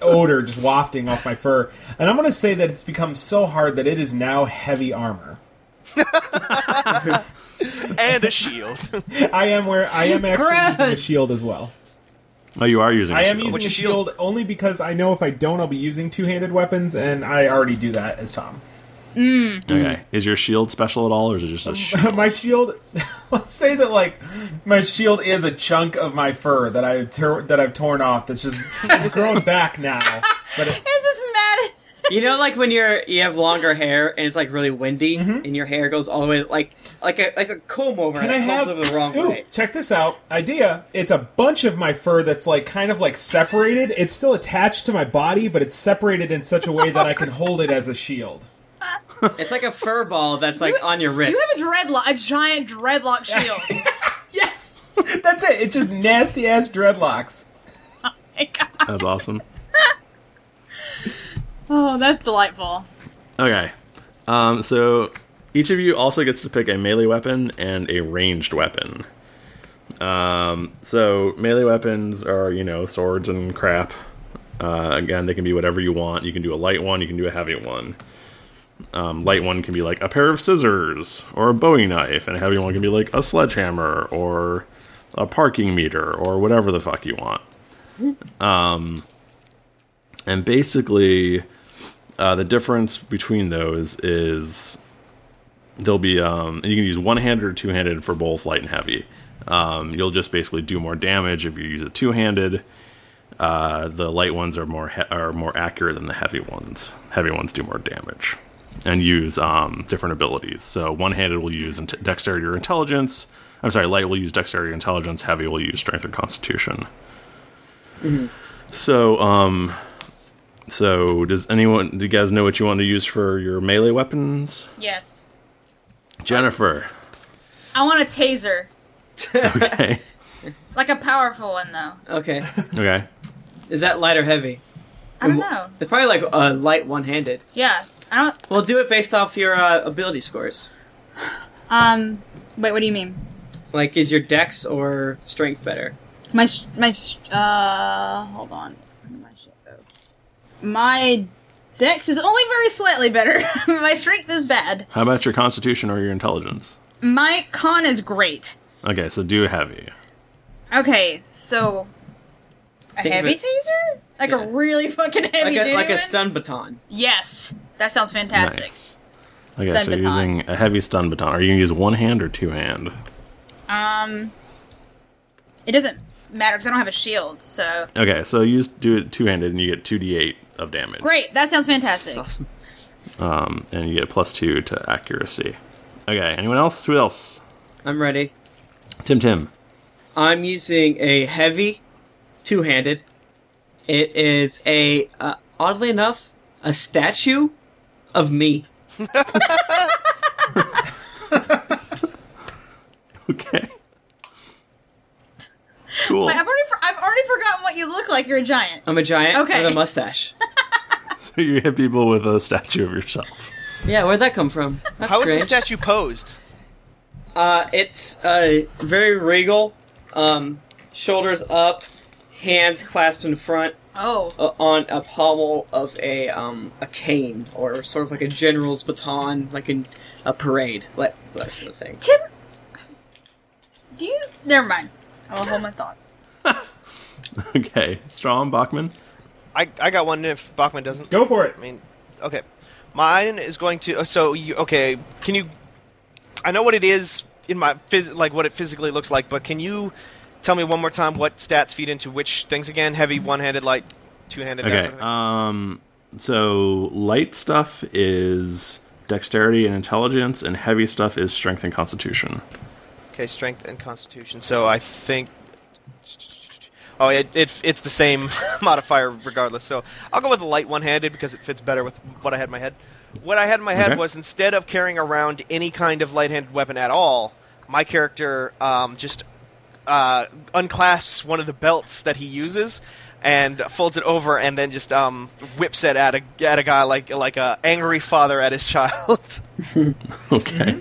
S3: odor just wafting off my fur, and I'm gonna say that it's become so hard that it is now heavy armor.
S4: and a shield.
S3: I am where I am actually using a
S2: Gross.
S3: shield as well.
S5: Oh, you are using. a
S3: I am
S5: shield.
S3: using
S4: What's
S3: a
S4: your shield?
S3: shield only because I know if I don't, I'll be using two handed weapons, and I already do that as Tom.
S5: Okay. Is your shield special at all, or is it just a shield?
S3: my shield, let's say that like my shield is a chunk of my fur that I tear that I've torn off. That's just it's grown back now, but it,
S2: is this mad?
S1: You know, like when you're you have longer hair and it's like really windy, and your hair goes all the way like like a like a comb over.
S3: Mm-hmm. Can I
S1: and it
S3: have
S1: comes over the wrong
S3: Ooh,
S1: way.
S3: Check this out. Idea. It's a bunch of my fur that's like kind of like separated. It's still attached to my body, but it's separated in such a way that I can hold it as a shield.
S1: It's like a fur ball that's like on your wrist.
S2: You have a dreadlock, a giant dreadlock shield.
S3: Yes, that's it. It's just nasty ass dreadlocks.
S2: My God.
S5: That's awesome.
S2: oh, that's delightful.
S5: Okay. Um, so Each of you also gets to pick a melee weapon and a ranged weapon. Um, so melee weapons are you know swords and crap. Uh, again, they can be whatever you want. You can do a light one. You can do a heavy one. Um, light one can be like a pair of scissors or a Bowie knife, and a heavy one can be like a sledgehammer or a parking meter or whatever the fuck you want. Um, and basically, uh, the difference between those is there'll be um, and you can use one handed or two handed for both light and heavy. Um, you'll just basically do more damage if you use it two handed. Uh, the light ones are more he- are more accurate than the heavy ones. Heavy ones do more damage and use um, different abilities. So one handed will use int- dexterity or intelligence. I'm sorry, light will use dexterity or intelligence. Heavy will use strength or constitution. So um, so does anyone? Do you guys know what you want to use for your melee weapons?
S2: Yes.
S5: Jennifer.
S2: I want a taser.
S5: Okay.
S2: Like a powerful one, though.
S1: Okay.
S5: okay.
S1: Is that light or heavy?
S2: I don't know.
S1: It's probably like uh, light one-handed.
S2: Yeah. I don't.
S1: Well, do it based off your uh, ability scores.
S2: Um. Wait, what do you mean?
S1: Like, is your dex or strength better?
S2: My. sh- My. sh- Uh. Hold on. Where did my shit go? My dex is only very slightly better. my strength is bad.
S5: How about your constitution or your intelligence?
S2: My con is great.
S5: Okay, so do heavy.
S2: Okay, so. A
S1: Think of
S2: heavy
S1: it-
S2: taser? Like
S1: Yeah.
S2: a really fucking heavy
S1: Like a,
S2: duty
S1: like a
S2: one?
S1: stun baton.
S2: Yes. That sounds fantastic.
S5: Nice. Okay,
S2: Stun
S5: so
S2: baton.
S5: using a heavy stun baton. Are you gonna use one hand or two hand?
S2: Um, it doesn't matter because I don't have a shield. So
S5: Okay, so use do it two handed and you get two d eight of damage.
S2: great, that sounds fantastic.
S1: That's awesome.
S5: Um, and you get plus two to accuracy. Okay, anyone else? Who else?
S1: I'm ready.
S5: Tim Tim.
S1: I'm using a heavy, two-handed. It is a uh, oddly enough a statue of me.
S5: Okay. Cool.
S2: Wait, I've already for- I've already forgotten what you look like. You're a giant.
S1: I'm a giant
S2: Okay.
S1: with a mustache.
S5: So you hit people with a statue of yourself.
S1: yeah, where'd that come from? That's
S4: How is
S1: strange.
S4: the statue posed?
S1: Uh, it's uh, very regal. Um, shoulders up, hands clasped in front
S2: Oh,
S1: uh, on a pommel of a um, a cane or sort of like a general's baton, like in a parade, like that sort of thing.
S2: Tim, do you? Never mind. I will hold my thought.
S5: Okay. Strom Bachman.
S4: I, I got one if Bachman doesn't.
S3: Go for it.
S4: I mean, okay. Mine is going to. oh, So you okay? Can you? I know what it is in my phys- like what it physically looks like, but can you tell me one more time what stats feed into which things again? Heavy, one-handed, light, two-handed. that
S5: Okay.
S4: sort of thing?
S5: Um. So light stuff is dexterity and intelligence, and heavy stuff is strength and constitution.
S4: okay, strength and constitution. So I think. Oh, it, it it's the same modifier regardless. So I'll go with the light one-handed because it fits better with what I had in my head. What I had in my head
S5: Okay.
S4: was instead of carrying around any kind of light-handed weapon at all, my character um, just uh, unclasps one of the belts that he uses and folds it over, and then just um, whips it at a at a guy like like a angry father at his child.
S5: Okay.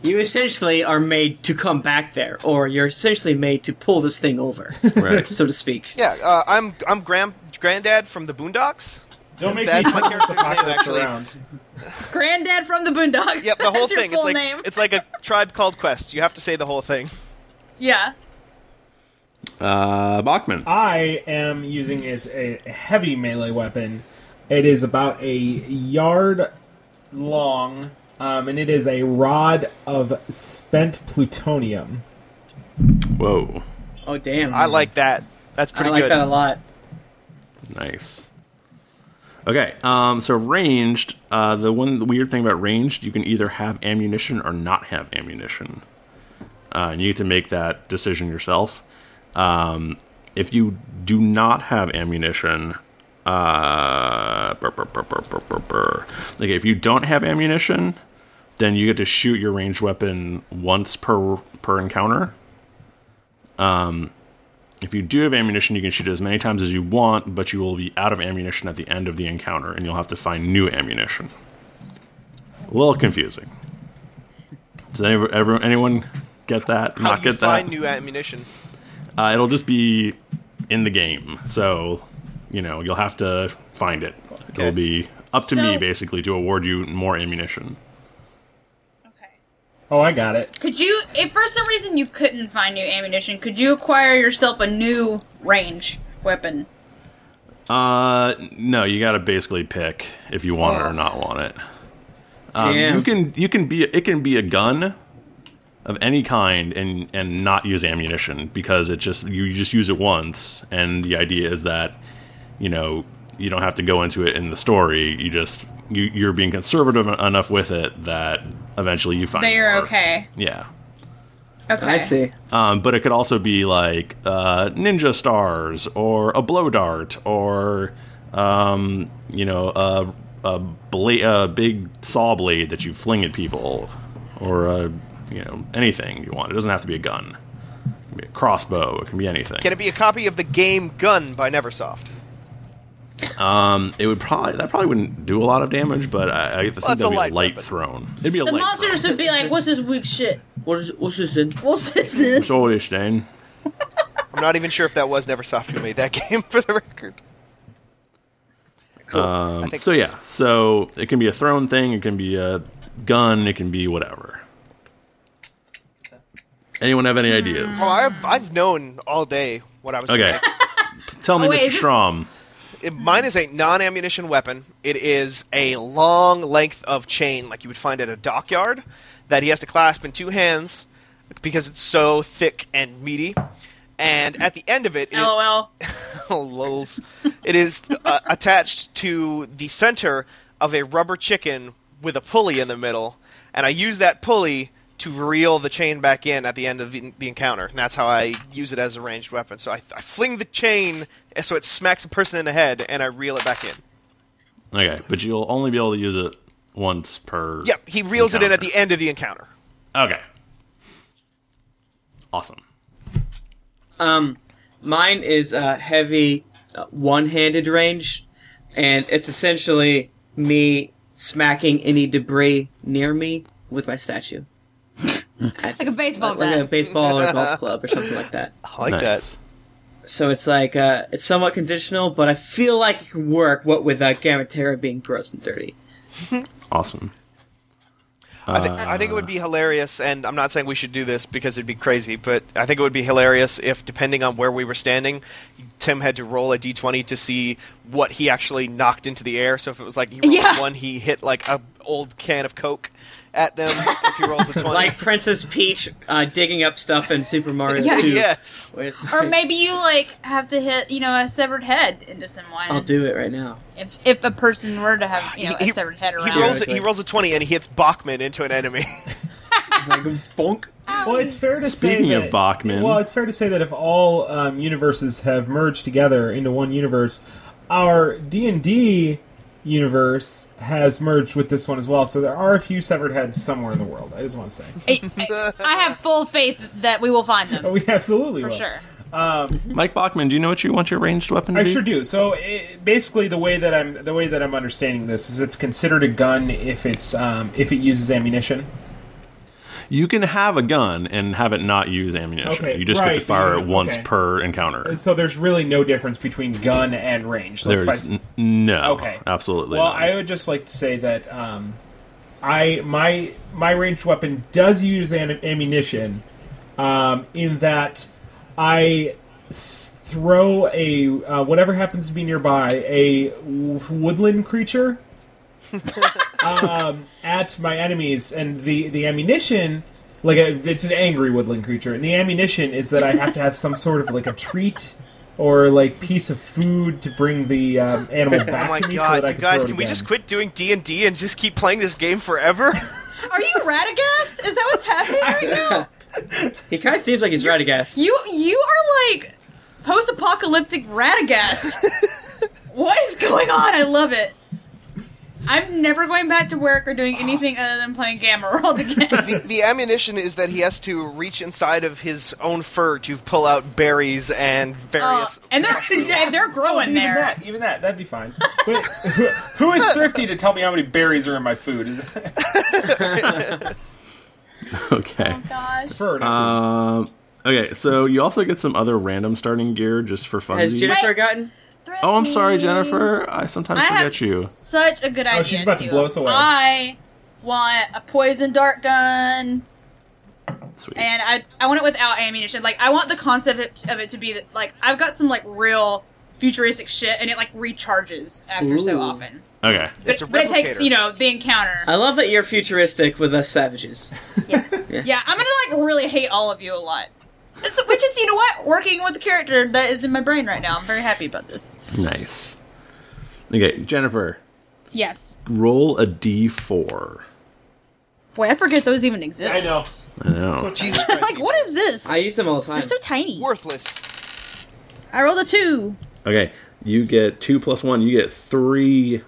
S1: You essentially are made to come back there, or you're essentially made to pull this thing over,
S5: Right.
S1: so to speak.
S4: Yeah, uh, I'm I'm grand granddad from the Boondocks.
S3: Don't make
S4: That's
S3: me
S4: my
S3: turn this
S4: character's name,
S3: apocalypse
S4: actually.
S3: around.
S2: Granddad from the Boondocks.
S4: Yep, the whole
S2: That's your
S4: thing.
S2: Full
S4: It's like
S2: name.
S4: it's like a tribe called Quest. You have to say the whole thing.
S2: yeah.
S5: Uh, Bachman.
S3: I am using as a heavy melee weapon. It is about a yard long, um, and it is a rod of spent plutonium.
S5: Whoa.
S1: Oh damn!
S4: I like that. That's
S1: I
S4: pretty
S1: like
S4: good.
S1: that a lot.
S5: Nice. Okay, um, so ranged. Uh, the one weird thing about ranged, you can either have ammunition or not have ammunition, uh, and you get to make that decision yourself. Um, if you do not have ammunition, uh, brr, brr, brr, brr, brr, brr, brr. okay, if you don't have ammunition, then you get to shoot your ranged weapon once per per encounter. Um, If you do have ammunition, you can shoot it as many times as you want, but you will be out of ammunition at the end of the encounter, and you'll have to find new ammunition. A little confusing. Does any, everyone, anyone get that?
S4: How
S5: Not
S4: do you
S5: get that?
S4: find new ammunition?
S5: Uh, it'll just be in the game. So, you know, you'll have to find it. It'll be up to me,
S2: So-
S5: basically, to award you more ammunition.
S2: Okay.
S3: Oh, I got it.
S2: Could you, if for some reason you couldn't find new ammunition, could you acquire yourself a new range weapon?
S5: Uh, no, you got to basically pick if you want it
S2: Oh.
S5: or not want it. Um,
S1: Damn.
S5: You can you can be it can be a gun of any kind and and not use ammunition because it just you just use it once and the idea is that you know you don't have to go into it in the story you just you, you're being conservative enough with it that eventually you find
S2: They are
S5: more.
S2: okay.
S5: yeah
S2: Okay.
S1: I see.
S5: um, but it could also be like uh, ninja stars or a blow dart or um, you know a, a, bla- a big saw blade that you fling at people or a, you know anything you want. It doesn't have to be a gun. It can be a crossbow. It can be anything.
S4: Can it be a copy of the game Gun by Neversoft?
S5: um, it would probably that probably wouldn't do a lot of damage, but I, I think that'd
S4: that's
S5: be a
S4: a light
S5: light,
S4: weapon.
S5: thrown. It'd be a
S2: The
S5: light
S2: monsters
S5: thrown.
S2: would be like, what's this weak shit?
S1: What is what's this in?
S2: What's this? in?"
S5: Sorry, Shane.
S4: I'm not even sure if that was Neversoft who made that game for the record. Cool. I
S5: Um,
S4: think
S5: so
S4: it was.
S5: yeah, so it can be a thrown thing, it can be a gun, it can be whatever. Anyone have
S2: Hmm.
S5: any ideas?
S4: Well, Oh, I've, I've known all day what I was. gonna
S5: Okay, tell me,
S2: Oh, wait,
S5: Mr.
S2: is this-
S5: Strom.
S4: It, mine is a non-ammunition weapon. It is a long length of chain, like you would find at a dockyard, that he has to clasp in two hands because it's so thick and meaty. And at the end of it, it,
S2: LOL.
S4: Lols. it is uh, attached to the center of a rubber chicken with a pulley in the middle, and I use that pulley to reel the chain back in at the end of the, the encounter. And that's how I use it as a ranged weapon. So I, I fling the chain eh, so it smacks a person in the head, and I reel it back in.
S5: Okay, but you'll only be able to use it once per.
S4: Yep, he reels it in at the end of the encounter.
S5: end. Okay, awesome.
S1: Um, mine is uh, heavy, uh, one-handed range, and it's essentially me smacking any debris near me with my statue,
S2: Like a baseball
S1: like a
S2: bat.
S1: baseball or golf club or something like that.
S4: I like
S5: nice.
S1: So it's like uh, it's somewhat conditional, but I feel like it can work. What with uh, Gamatera being gross and dirty.
S5: Awesome.
S4: I, think I
S3: Uh.
S4: think it would be hilarious, and I'm not saying we should do this because it'd be crazy, but I think it would be hilarious if, depending on where we were standing, Tim had to roll a d20 to see what he actually knocked into the air. So if it was like he rolled
S2: Yeah.
S4: one, he hit like a old can of Coke at them. if he rolls a 20,
S1: like Princess Peach uh, digging up stuff in Super Mario
S2: Yeah.
S1: 2.
S4: yes,
S1: Wait a second.
S2: Or maybe you like have to hit, you know, a severed head into someone.
S1: I'll do it right now.
S2: If if a person were to have, you know,
S4: He- he-
S2: a severed head around.
S4: he rolls a,
S1: Exactly.
S4: he rolls a 20 and he hits Bachman into an enemy.
S1: Like, bonk.
S3: Well, it's fair to
S5: Speaking
S3: say
S5: of
S3: that-
S5: Bachman.
S3: Well, it's fair to say that if all um, universes have merged together into one universe, our D and D universe has merged with this one as well. So there are a few severed heads somewhere in the world. I just want to say
S2: I, I- I have full faith that we will find
S1: Oh,
S2: them
S3: we absolutely
S2: for
S3: will.
S2: sure.
S5: Mike Bachman, do you know what you want your ranged weapon to
S3: I
S5: be?
S3: sure do. So it, basically, the way that I'm the way that I'm understanding this is it's considered a gun if it's um, if it uses ammunition.
S5: You can have a gun and have it not use ammunition.
S3: Okay,
S5: you just
S3: right,
S5: get to fire
S3: you-
S5: it once
S3: okay.
S5: per encounter.
S3: So there's really no difference between gun and range. So if I-
S5: There's n- no.
S3: Okay.
S5: Absolutely.
S3: Well,
S5: none.
S3: I would just like to say that um, I my my ranged weapon does use an- ammunition, um, in that I s- throw a uh, whatever happens to be nearby a w- woodland creature um, at my enemies, and the the ammunition. Like a, it's an angry woodland creature, and the ammunition is that I have to have some sort of like a treat or like piece of food to bring the um, animal
S4: Oh
S3: back
S4: my
S3: to me so that
S4: god,
S3: I
S4: you
S3: can
S4: guys,
S3: throw it
S4: can we
S3: again.
S4: just quit doing D and D and just keep playing this game forever?
S2: Are you Radagast? Is that what's happening right now?
S1: He kind of seems like he's Radagast.
S2: You you are like post-apocalyptic Radagast. what is going on? I love it. I'm never going back to work or doing anything other than playing Gamma World again.
S4: the, the ammunition is that he has to reach inside of his own fur to pull out berries and
S2: Uh,
S4: various.
S2: and they're and they're growing
S3: even
S2: there.
S3: that, even that, that'd be fine. But who, who is thrifty to tell me how many berries are in my food? Is
S5: Okay.
S2: Oh gosh.
S3: Fur, not food.
S5: Um, okay, so you also get some other random starting gear just for
S1: Has
S5: funsies.
S1: Jennifer
S2: Wait.
S1: gotten?
S5: oh, I'm sorry,
S2: Threatening.
S5: Jennifer. I sometimes
S2: I
S5: forget
S2: have
S5: you.
S2: such a good idea.
S3: Oh, she's about to
S2: too.
S3: blow us away.
S2: I want a poison dart gun,
S5: Sweet.
S2: and I I want it without ammunition. Like I want the concept of it, of it to be that like I've got some like real futuristic shit, and it like recharges after so
S1: Ooh.
S2: often.
S5: Okay.
S4: It's a
S2: But it takes
S4: replicator.
S2: you know the encounter.
S1: I love that you're futuristic with us savages.
S2: yeah, I'm gonna like really hate all of you a lot. It's, which is you know what working with the character that is in my brain right now. I'm very happy about this.
S5: Nice. Okay, Jennifer,
S2: Yes.
S5: roll a d4.
S2: Boy, I forget those even exist.
S3: I know.
S5: I know.
S4: Jesus Christ.
S2: like what is this?
S1: I use them all the time.
S2: They're so tiny.
S4: worthless.
S2: I rolled a two.
S5: Okay, you get two plus one. You get three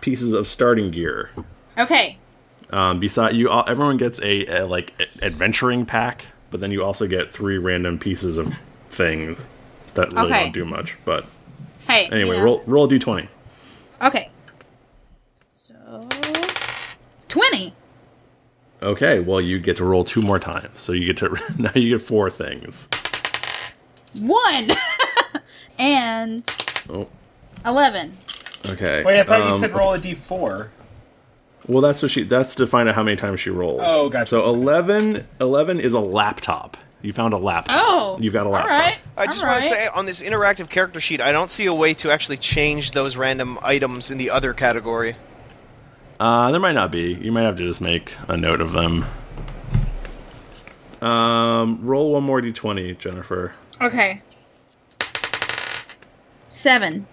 S5: pieces of starting gear.
S2: Okay.
S5: Um, beside you, all, everyone gets a, a like a- adventuring pack, but then you also get three random pieces of things that really
S2: Okay.
S5: don't do much. But
S2: Hey.
S5: anyway,
S2: yeah.
S5: roll roll a d20.
S2: Okay. So twenty.
S5: Okay, well you get to roll two more times, so you get to now you get four things.
S2: One. and
S5: Oh,
S2: eleven.
S5: okay.
S3: Wait, I thought you
S5: Um,
S3: said roll a d4.
S5: Well, that's what she. That's to find out how many times she rolls.
S3: Oh, gotcha.
S5: So 11, 11 is a laptop. You found a laptop.
S2: Oh.
S5: you've got a laptop.
S2: All right.
S4: I just
S2: all
S4: want to
S2: right.
S4: say on this interactive character sheet, I don't see a way to actually change those random items in the other category.
S5: Uh, there might not be. You might have to just make a note of them. Um, roll one more d20, Jennifer.
S2: Okay. Seven.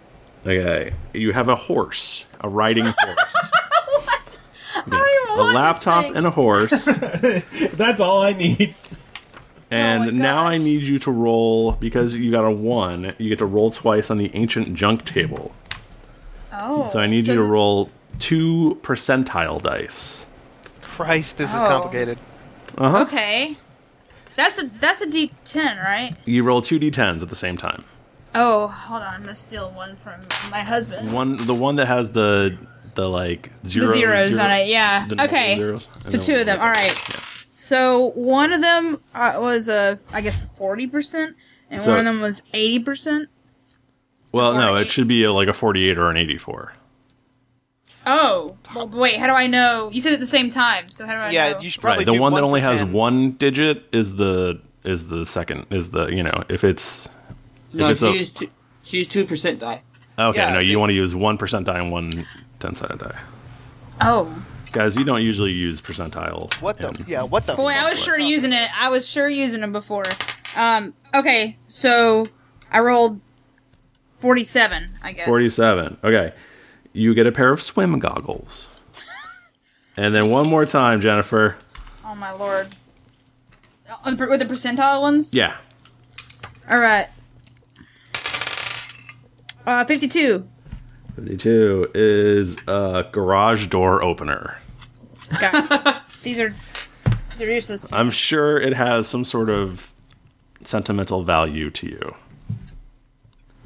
S5: Okay, you have a horse, a riding horse.
S2: I don't
S5: Yes.
S2: even
S5: A
S2: want this
S5: laptop
S2: thing.
S5: and a horse.
S3: That's all I need.
S5: And
S2: Oh my
S5: now I
S2: gosh.
S5: need you to roll because you got a one. You get to roll twice on the ancient junk table.
S2: Oh.
S5: So I need you to
S2: this-
S5: roll two percentile dice.
S4: Christ, this is
S2: Oh.
S4: complicated.
S5: Uh-huh.
S2: Okay. That's a that's a D ten, right?
S5: You roll two d10s at the same time.
S2: Oh, hold on. I'm gonna steal one from my husband.
S5: One, the one that has the the like zero,
S2: the zeros
S5: zero-
S2: on it. Yeah.
S5: the multiple
S2: Okay.
S5: zeros, and
S2: So
S5: then
S2: two
S5: one
S2: of them.
S5: right
S2: All right. So one of them uh, was uh, I guess forty percent, and
S5: So-
S2: one of them was eighty percent.
S5: Well, no,
S2: Or
S5: it
S2: eight.
S5: should be a, like a 48 or an 84.
S2: Oh, well, but wait. How do I know? You said it at the same time. So how do I know?
S4: Yeah, you should probably
S5: right. The
S4: do
S5: one that
S4: for
S5: only has
S4: 10.
S5: one digit is the is the second is the you know if it's
S1: no,
S5: if it's
S1: she
S5: a
S1: used two, she used two percent die.
S5: okay
S4: Yeah,
S5: no you
S4: they-
S5: want to use one percentile and one ten sided die.
S2: oh
S5: Guys, you don't usually use percentile.
S4: What the?
S5: in-
S4: Yeah, what the?
S2: boy, I was sure using it. I was sure using them before. Um. Okay. So I rolled forty-seven. I guess.
S5: 47. Okay. You get a pair of swim goggles. and then one more time, Jennifer.
S2: Oh my lord. Oh, the per- With the percentile ones.
S5: Yeah.
S2: All right. Uh, fifty-two.
S5: 52 is a garage door opener.
S2: Guys, these are these are useless. To
S5: I'm sure it has some sort of sentimental value to you.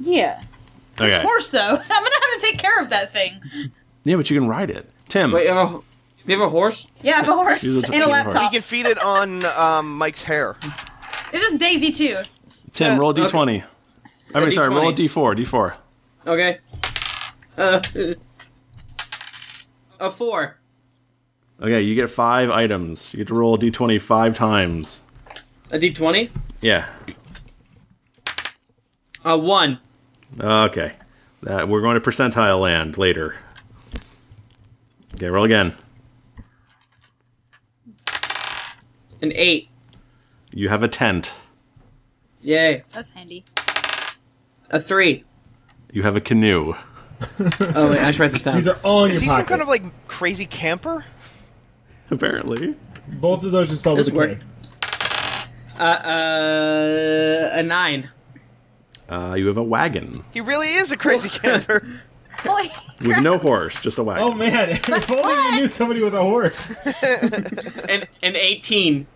S2: Yeah. This
S5: Okay.
S2: horse, though, I'm gonna have to take care of that thing.
S5: Yeah, but you can ride it. Tim.
S1: Wait, uh, you have a, you have a horse?
S2: Yeah, I have a horse
S5: She's a
S2: and a
S5: horse.
S4: You
S2: laptop.
S4: can feed it on um, Mike's hair.
S2: This is Daisy too.
S5: Tim, roll a
S1: okay.
S5: d20. I mean,
S1: A
S5: sorry, roll a
S1: D20.
S5: d4. D4.
S1: Okay. Uh, a four.
S5: Okay, you get five items. You get to roll a d20 five times.
S1: A D twenty.
S5: Yeah.
S1: A one.
S5: Okay. That we're going to percentile land later. Okay, roll again.
S1: An eight.
S5: You have a tent.
S1: Yay.
S2: That's handy.
S1: A three.
S5: You have a canoe.
S1: Oh wait, I should write this down.
S3: These are all in
S4: Is
S3: your
S4: he
S3: pocket.
S4: some kind of like crazy camper?
S5: Apparently.
S3: Both of those just spelled
S1: This
S3: with a
S1: work-
S3: K.
S1: uh, uh, a nine.
S5: Uh, you have a wagon
S4: He really is a crazy camper.
S2: Boy,
S5: with no horse, just a wagon.
S3: Oh man! if only we knew somebody with a horse.
S1: An an eighteen.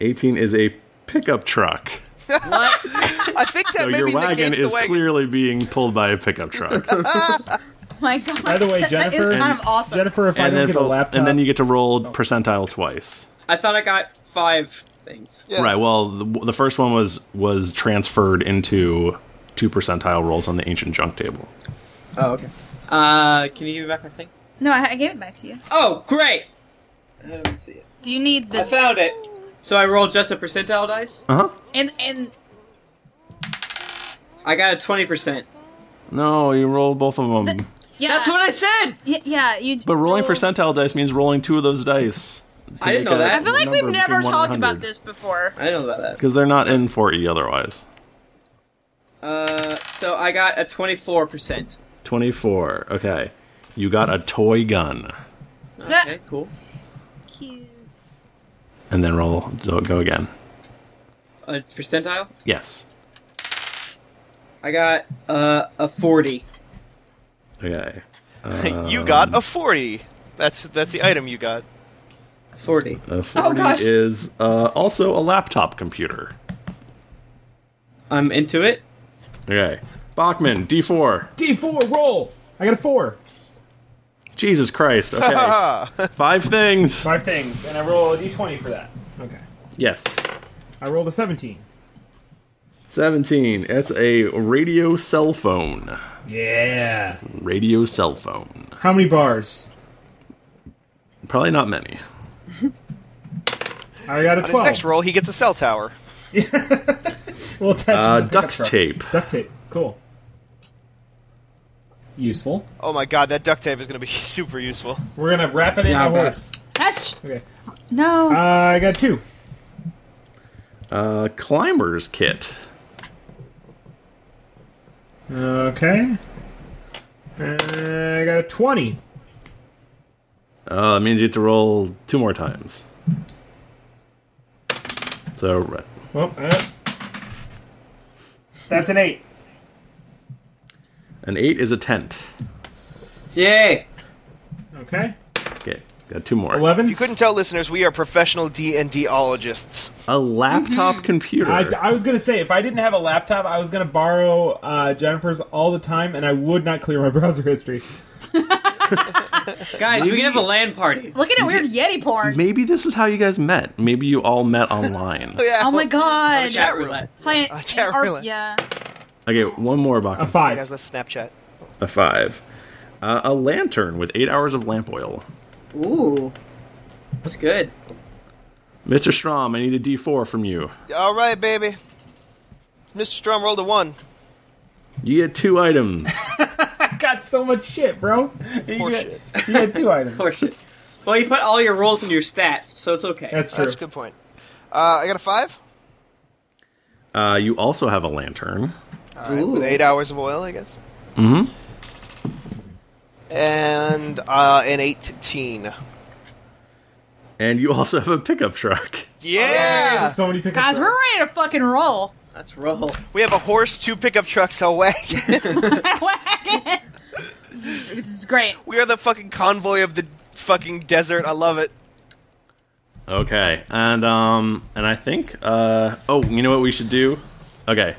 S5: 18 is a pickup truck.
S1: What?
S4: I think that
S5: So
S4: maybe
S5: your wagon
S4: negates the
S5: is
S4: wagon.
S5: clearly being pulled by a pickup truck.
S2: Oh my God.
S3: By the way,
S2: that is
S3: Jennifer-
S2: kind of awesome.
S3: Jennifer, if I
S5: and
S3: don't
S5: then
S3: get a
S5: fill-
S3: laptop, Oh.
S5: and then you get to roll percentile twice.
S1: I thought I got five things.
S4: Yeah.
S5: Right. Well, the, the first one was was transferred into two percentile rolls on the ancient junk table.
S1: Oh, okay. Uh, can you give me back my thing?
S2: No, I, I gave it back to you.
S1: Oh, great! Uh, Let me see it.
S2: Do you need
S1: I
S2: the
S1: found it. So I rolled just a percentile dice.
S5: Uh huh.
S2: and and
S1: I got a twenty percent.
S5: No, you roll both of them.
S2: yeah
S1: That's what I said.
S2: y- yeah you Oh.
S5: But rolling
S2: rolled-
S5: percentile dice means rolling two of those dice.
S1: I didn't know that.
S2: I feel like we've never talked about
S5: this.
S2: this before.
S1: I didn't know about
S5: Because they're not in 4E otherwise.
S1: that. Uh, so I got a twenty-four percent.
S5: 24. Okay. You got a toy gun.
S1: Okay,
S2: That
S1: cool.
S2: cute.
S5: And then roll. Go go again.
S1: A percentile.
S5: Yes.
S1: I got uh, a forty.
S5: Okay.
S4: you got a forty. That's that's the item you got.
S1: Forty.
S5: A 40
S1: gosh.
S5: is uh, also a laptop computer.
S1: I'm into it.
S5: Okay. Bachman, D4.
S3: D4, roll! I got a four.
S5: Jesus Christ. Okay.
S4: Ah,
S5: Five things.
S3: Five things, and I roll a D20 for that. Okay.
S5: Yes.
S3: I rolled a 17.
S5: 17. It's a radio cell phone.
S3: Yeah.
S5: Radio cell phone.
S3: How many bars?
S5: Probably not many.
S3: I got a
S4: on his
S3: 12.
S4: next roll, he gets a cell tower.
S3: We'll attach to the
S5: Uh,
S3: pickup
S5: duct
S3: truck.
S5: tape.
S3: Duct tape. Cool. Useful.
S4: Oh my god, that duct tape is going to be super useful.
S3: We're gonna wrap it in
S1: Yeah, I
S3: a
S1: bet.
S3: horse.
S2: That's
S3: Okay.
S2: no.
S3: Uh, I got two.
S5: A Uh, climber's kit.
S3: Okay. Uh, I got a 20.
S5: Uh, that means you have to roll two more times. So, right.
S3: Well, uh, that's an 8.
S5: an eight is a tent.
S1: Yay!
S3: Okay.
S5: Okay, got two more.
S3: 11.
S4: You couldn't tell, listeners, we are professional D and Dologists.
S5: A laptop computer.
S3: Mm-hmm. I, I was gonna say if I didn't have a laptop, I was gonna borrow uh, Jennifer's all the time, and I would not clear my browser history.
S1: Guys, we can have a land party.
S2: Looking at weird Yeti porn.
S5: Maybe this is how you guys met. Maybe you all met online.
S4: Yeah.
S2: Oh my god.
S1: Chat roulette.
S2: Playing
S4: Uh, chat
S2: in our-
S4: roulette.
S2: Yeah.
S5: Okay, one more,
S3: A
S5: Bach.
S4: Guys,
S3: five.
S4: let's Snapchat.
S5: A five. Uh, a lantern with eight hours of lamp oil.
S1: Ooh, that's good.
S5: Mr. Strom, I need a D4 from you.
S4: All right, baby. Mr. Strom rolled a one.
S5: You get two items.
S3: I got so much shit, bro. You
S4: Poor
S3: got,
S4: shit.
S3: you got two items.
S1: Or shit. Well, you put all your rolls in your stats, so it's okay.
S3: That's true.
S4: That's a good point. Uh, I got a five.
S5: uh, you also have a lantern.
S4: All right,
S1: Ooh.
S4: with eight hours of oil, I guess. Mm-hmm. And uh, an eighteen.
S5: And you also have a pickup truck.
S4: Yeah,
S3: So many pickup
S2: Guys, we're
S3: trucks.
S2: ready to fucking roll.
S1: That's roll.
S4: we have a horse, two pickup trucks, a wagon.
S2: this is great.
S4: We are the fucking convoy of the fucking desert. I love it.
S5: Okay, and um, and I think uh, oh, you know what we should do? Okay,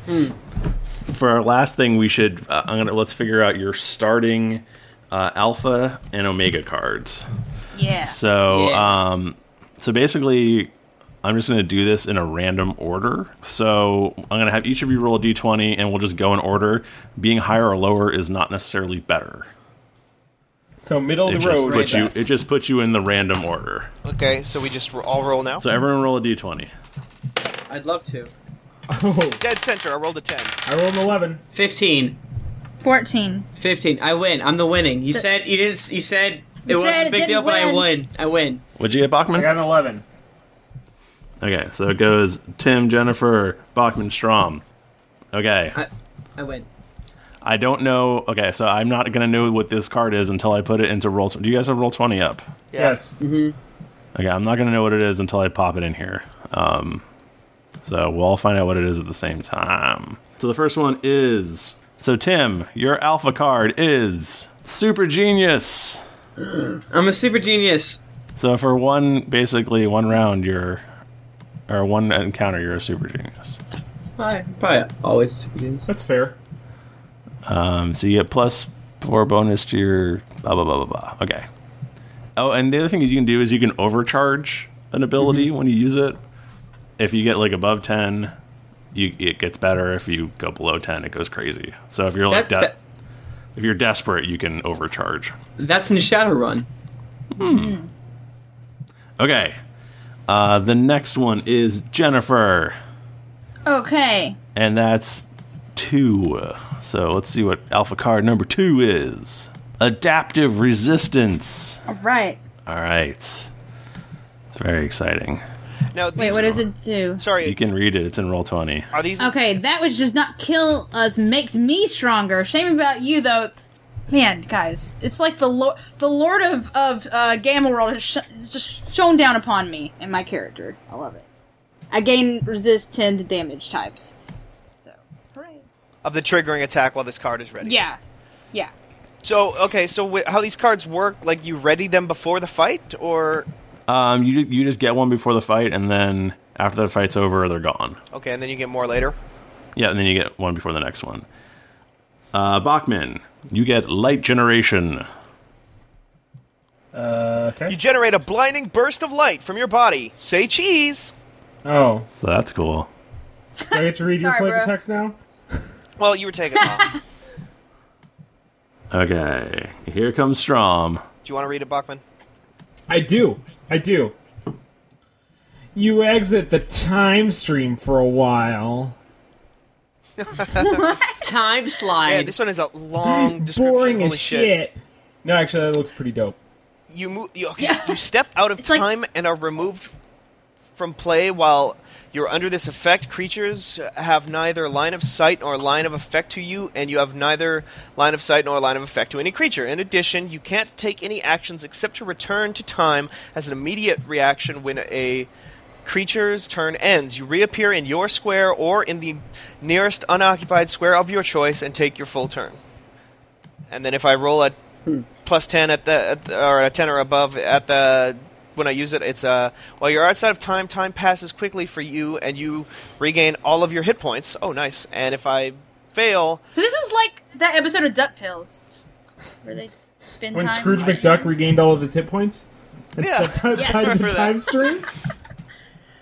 S5: for our last thing, we should uh, I'm gonna let's figure out your starting uh, alpha and omega cards.
S2: Yeah.
S5: So
S1: Yeah.
S5: um, so basically, I'm just gonna do this in a random order. So I'm gonna have each of you roll a d20, and we'll just go in order. Being higher or lower is not necessarily better.
S3: So middle
S5: It
S3: of Oh, the
S5: just
S3: road.
S5: puts you
S3: best.
S5: it just puts you in the random order.
S4: Okay, so we just ro- all roll now.
S5: So everyone roll a d20.
S1: I'd love to.
S3: Oh,
S4: Dead center. I rolled a ten.
S3: I rolled an eleven.
S1: 15.
S2: 14.
S1: 15. I win. I'm the winning. You said you didn't. You said it
S2: You
S1: wasn't
S2: said
S1: a
S2: it
S1: big
S2: didn't
S1: deal, but I
S2: win.
S1: win. I win.
S5: Would you get
S3: I
S5: Bachman?
S3: got an eleven.
S5: Okay, so it goes Tim, Jennifer, Bachman, Strom. Okay,
S1: I, I win.
S5: I don't know. Okay, so I'm not gonna know what this card is until I put it into roll. Do you guys have roll twenty up?
S4: Yeah.
S3: Yes.
S5: Okay, I'm not gonna know what it is until I pop it in here. Um, so we'll all find out what it is at the same time. So the first one is. So Tim, your alpha card is Super Genius.
S1: I'm a super genius.
S5: So for one, basically one round, you're, or one encounter, you're a Super Genius.
S1: Hi. Probably always super genius.
S3: That's fair.
S5: Um, so you get plus four bonus to your blah blah blah blah blah. Okay. Oh, and the other thing is you can do is you can overcharge an ability
S1: Mm-hmm.
S5: when you use it. If you get like above ten, you it gets better. If you go below ten, it goes crazy. So if you're like
S1: That-
S5: de-
S1: that-
S5: if you're desperate, you can overcharge.
S1: That's in Shadowrun.
S5: Okay. Uh, the next one is Jennifer,
S2: Okay.
S5: and that's two. So let's see what alpha card number two is. Adaptive resistance.
S2: All right.
S5: All right. It's very exciting.
S4: Now,
S2: Wait,
S4: these-
S2: what does it do?
S4: Sorry,
S5: You can read it. It's in roll twenty.
S4: are these?
S2: Okay, that which does not kill us makes me stronger. Shame about you though. Man, guys, it's like the lord, the lord of of uh, Gamma World has, sh- has just shone down upon me and my character. I love it. I gain resist ten to damage types. So, hooray.
S4: of the triggering attack while this card is ready.
S2: Yeah, yeah.
S4: So okay, so wi- how these cards work? Like you ready them before the fight, or
S5: Um, you ju- you just get one before the fight, and then after the fight's over, they're gone.
S4: okay, and then you get more later.
S5: Yeah, and then you get one before the next one. Uh, Bachman, you get light generation.
S3: Uh,
S4: You
S3: okay.
S4: generate a blinding burst of light from your body. Say cheese.
S3: Oh,
S5: So that's cool.
S3: do I get to read your
S2: Sorry,
S3: flavor
S2: bro.
S3: text now?
S4: Well, you were taking. it off. Do
S5: Okay, here comes Strom.
S4: you want to read it, Bachman?
S3: I do. I do. You exit the time stream for a while.
S1: Time
S4: Yeah,
S1: slide.
S4: this one is a long description.
S3: Boring
S4: Holy
S3: as shit. No, actually, that looks pretty dope.
S4: You move. You, okay, you step out of
S2: It's like-
S4: time and are removed from play while you're under this effect. Creatures have neither line of sight nor line of effect to you, and you have neither line of sight nor line of effect to any creature. In addition, you can't take any actions except to return to time as an immediate reaction when a creature's turn ends. You reappear in your square or in the nearest unoccupied square of your choice and take your full turn. And then if I roll a plus 10 at the, at the or a 10 or above at the when I use it it's uh while you're outside of time time passes quickly for you and you regain all of your hit points oh nice and if I fail
S2: So this is like that episode of Ducktales, where they spend
S3: When
S2: time
S3: Scrooge McDuck regained all of his hit points and
S4: Yeah.
S3: stepped outside
S4: Yes.
S3: the time stream?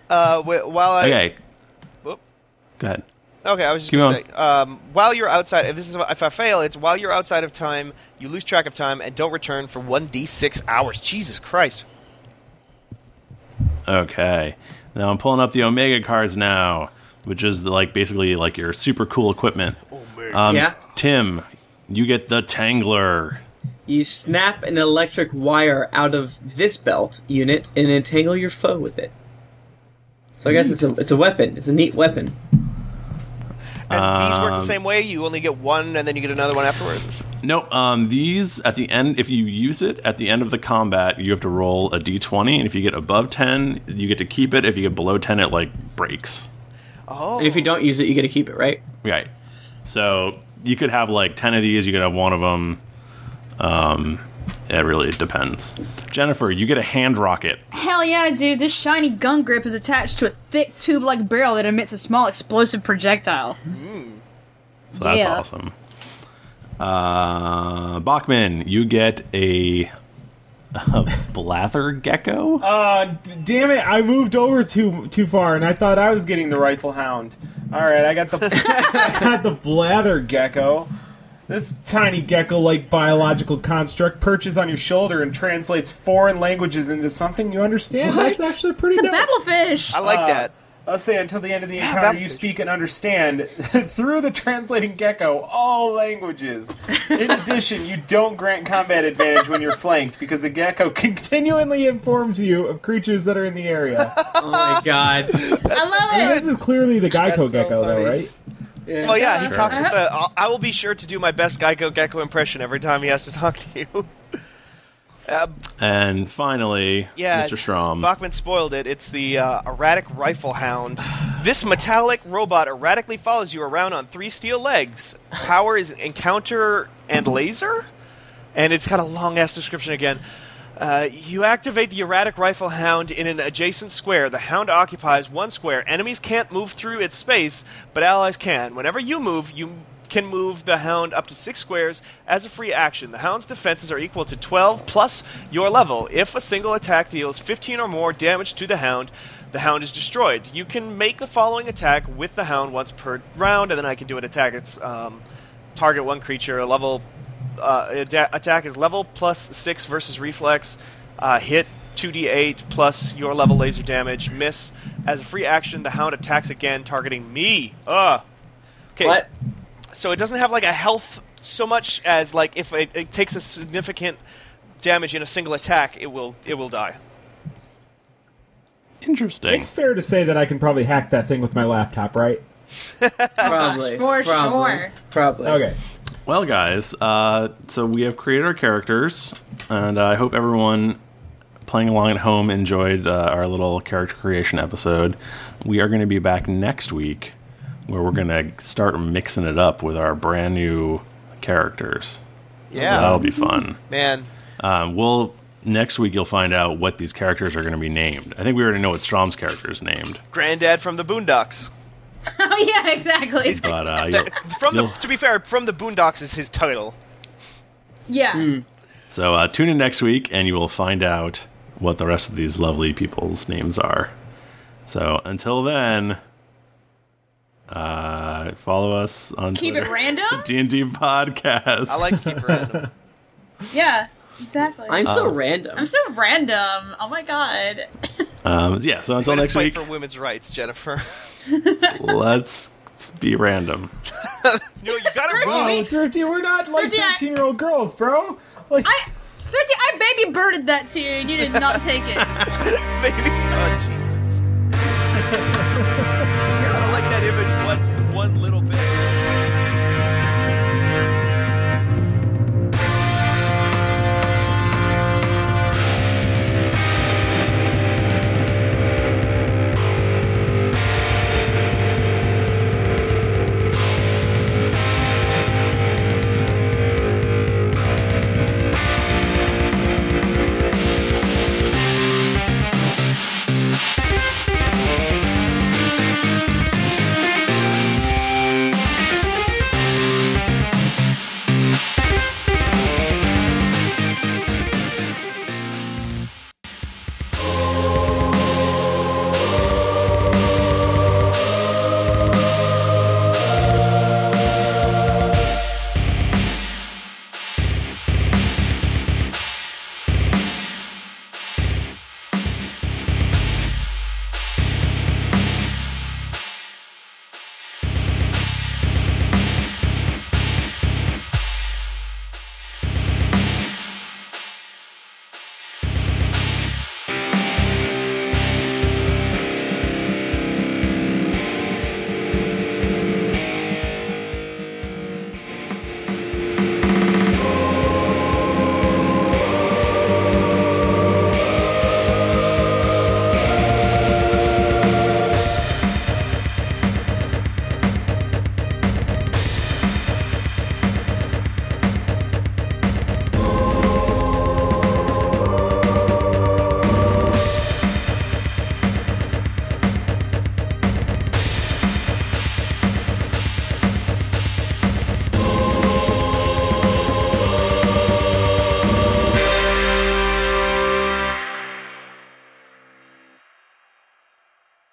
S4: uh wh- while I
S5: Okay,
S4: Whoop.
S5: go ahead.
S4: Okay, I was just
S5: Keep
S4: gonna say, um, while you're outside, if this is if I fail, it's while you're outside of time, you lose track of time and don't return for one d six hours. Jesus Christ!
S5: Okay, now I'm pulling up the Omega cards now, which is the, like basically like your super cool equipment. Um,
S1: Yeah.
S5: Tim, you get the Tangler.
S1: You snap an electric wire out of this belt unit and entangle your foe with it. So I guess it's a it's a weapon. It's a neat weapon.
S4: And these work the
S5: Um,
S4: same way. You only get one, and then you get another one afterwards.
S5: No, um, these at the end, if you use it at the end of the combat, you have to roll a d20, and if you get above 10, you get to keep it. If you get below 10, it like breaks.
S4: Oh,
S1: And if you don't use it, you get to keep it, right?
S5: Right. So you could have like 10 of these, you could have one of them. Um, it really depends. Jennifer, you get a hand rocket.
S2: Hell yeah, dude! This shiny gun grip is attached to a thick tube-like barrel that emits a small explosive projectile.
S5: So that's
S2: Yeah.
S5: awesome. Uh, Bachman, you get a, a blather gecko.
S3: Uh, d- damn it! I moved over too too far, and I thought I was getting the rifle hound. All right, I got the I got the blather gecko. This tiny gecko-like biological construct perches on your shoulder and translates foreign languages into something you understand. That's actually pretty.
S2: It's a
S3: dope.
S2: babblefish.
S4: I like that.
S3: Let's say until the end of the encounter,
S4: babblefish.
S3: you speak and understand through the translating gecko all languages. In addition, you don't grant combat advantage when you're flanked because the gecko continually informs you of creatures that are in the area.
S1: Oh my god.
S2: I love it.
S3: this is clearly the Geico
S1: That's so
S3: gecko,
S1: funny.
S3: though, right?
S4: Well, Oh, yeah, he
S2: Sure.
S4: talks with the. I'll- I will be sure to do my best Geico Gecko impression every time he has to talk to you. Uh,
S5: And finally,
S4: yeah,
S5: Mr. Strom.
S4: Bachman spoiled it. It's the uh, erratic rifle hound. This metallic robot erratically follows you around on three steel legs. Power is encounter and laser, and it's got a long ass description again. Uh, you activate the erratic rifle hound in an adjacent square. The hound occupies one square. Enemies can't move through its space, but allies can. Whenever you move, you can move the hound up to six squares as a free action. The hound's defenses are equal to 12 plus your level. If a single attack deals 15 or more damage to the hound, the hound is destroyed. You can make the following attack with the hound once per round, and then I can do an attack. It's um, target one creature, a level uh, ada- attack is level plus six versus reflex. Uh, hit 2d8 plus your level laser damage. Miss. As a free action, the hound attacks again, targeting me. Ugh. Okay.
S1: What?
S4: So it doesn't have like a health so much as like if it, it takes a significant damage in a single attack, it will it will die.
S5: Interesting.
S3: It's fair to say that I can probably hack that thing with my laptop, right?
S1: Probably.
S2: for
S1: probably,
S2: sure.
S1: Probably.
S3: Okay.
S5: Well, guys, uh, so we have created our characters, and I hope everyone playing along at home enjoyed uh, our little character creation episode. We are going to be back next week where we're going to start mixing it up with our brand new characters. So that'll be fun.
S4: man.
S5: Um, we'll next week you'll find out what these characters are going to be named. I think we already know what Strom's character is named,
S4: Granddad from the Boondocks.
S2: oh yeah, exactly.
S5: but uh, you'll,
S4: From the,
S5: you'll-
S4: to be fair, from the Boondocks is his title.
S2: Yeah.
S5: so uh, tune in next week and you will find out what the rest of these lovely people's names are. So until then, uh, follow us on
S2: Keep it random.
S5: D and D podcast.
S4: I like to keep random.
S2: yeah. Exactly. I'm,
S1: I'm so random.
S2: so random. Oh my god.
S5: um, yeah. So until
S4: Gonna
S5: next
S4: fight
S5: week,
S4: for women's rights, Jennifer.
S5: let's be random.
S4: no, you gotta roll.
S3: Oh, Thrifty, we're not like
S2: Thrifty, I-
S3: 13 year old girls, bro. Like,
S2: I, Thrifty, I baby birded that to you, and you did not take it.
S4: baby. Oh, Jesus. I like that image one, one little bit.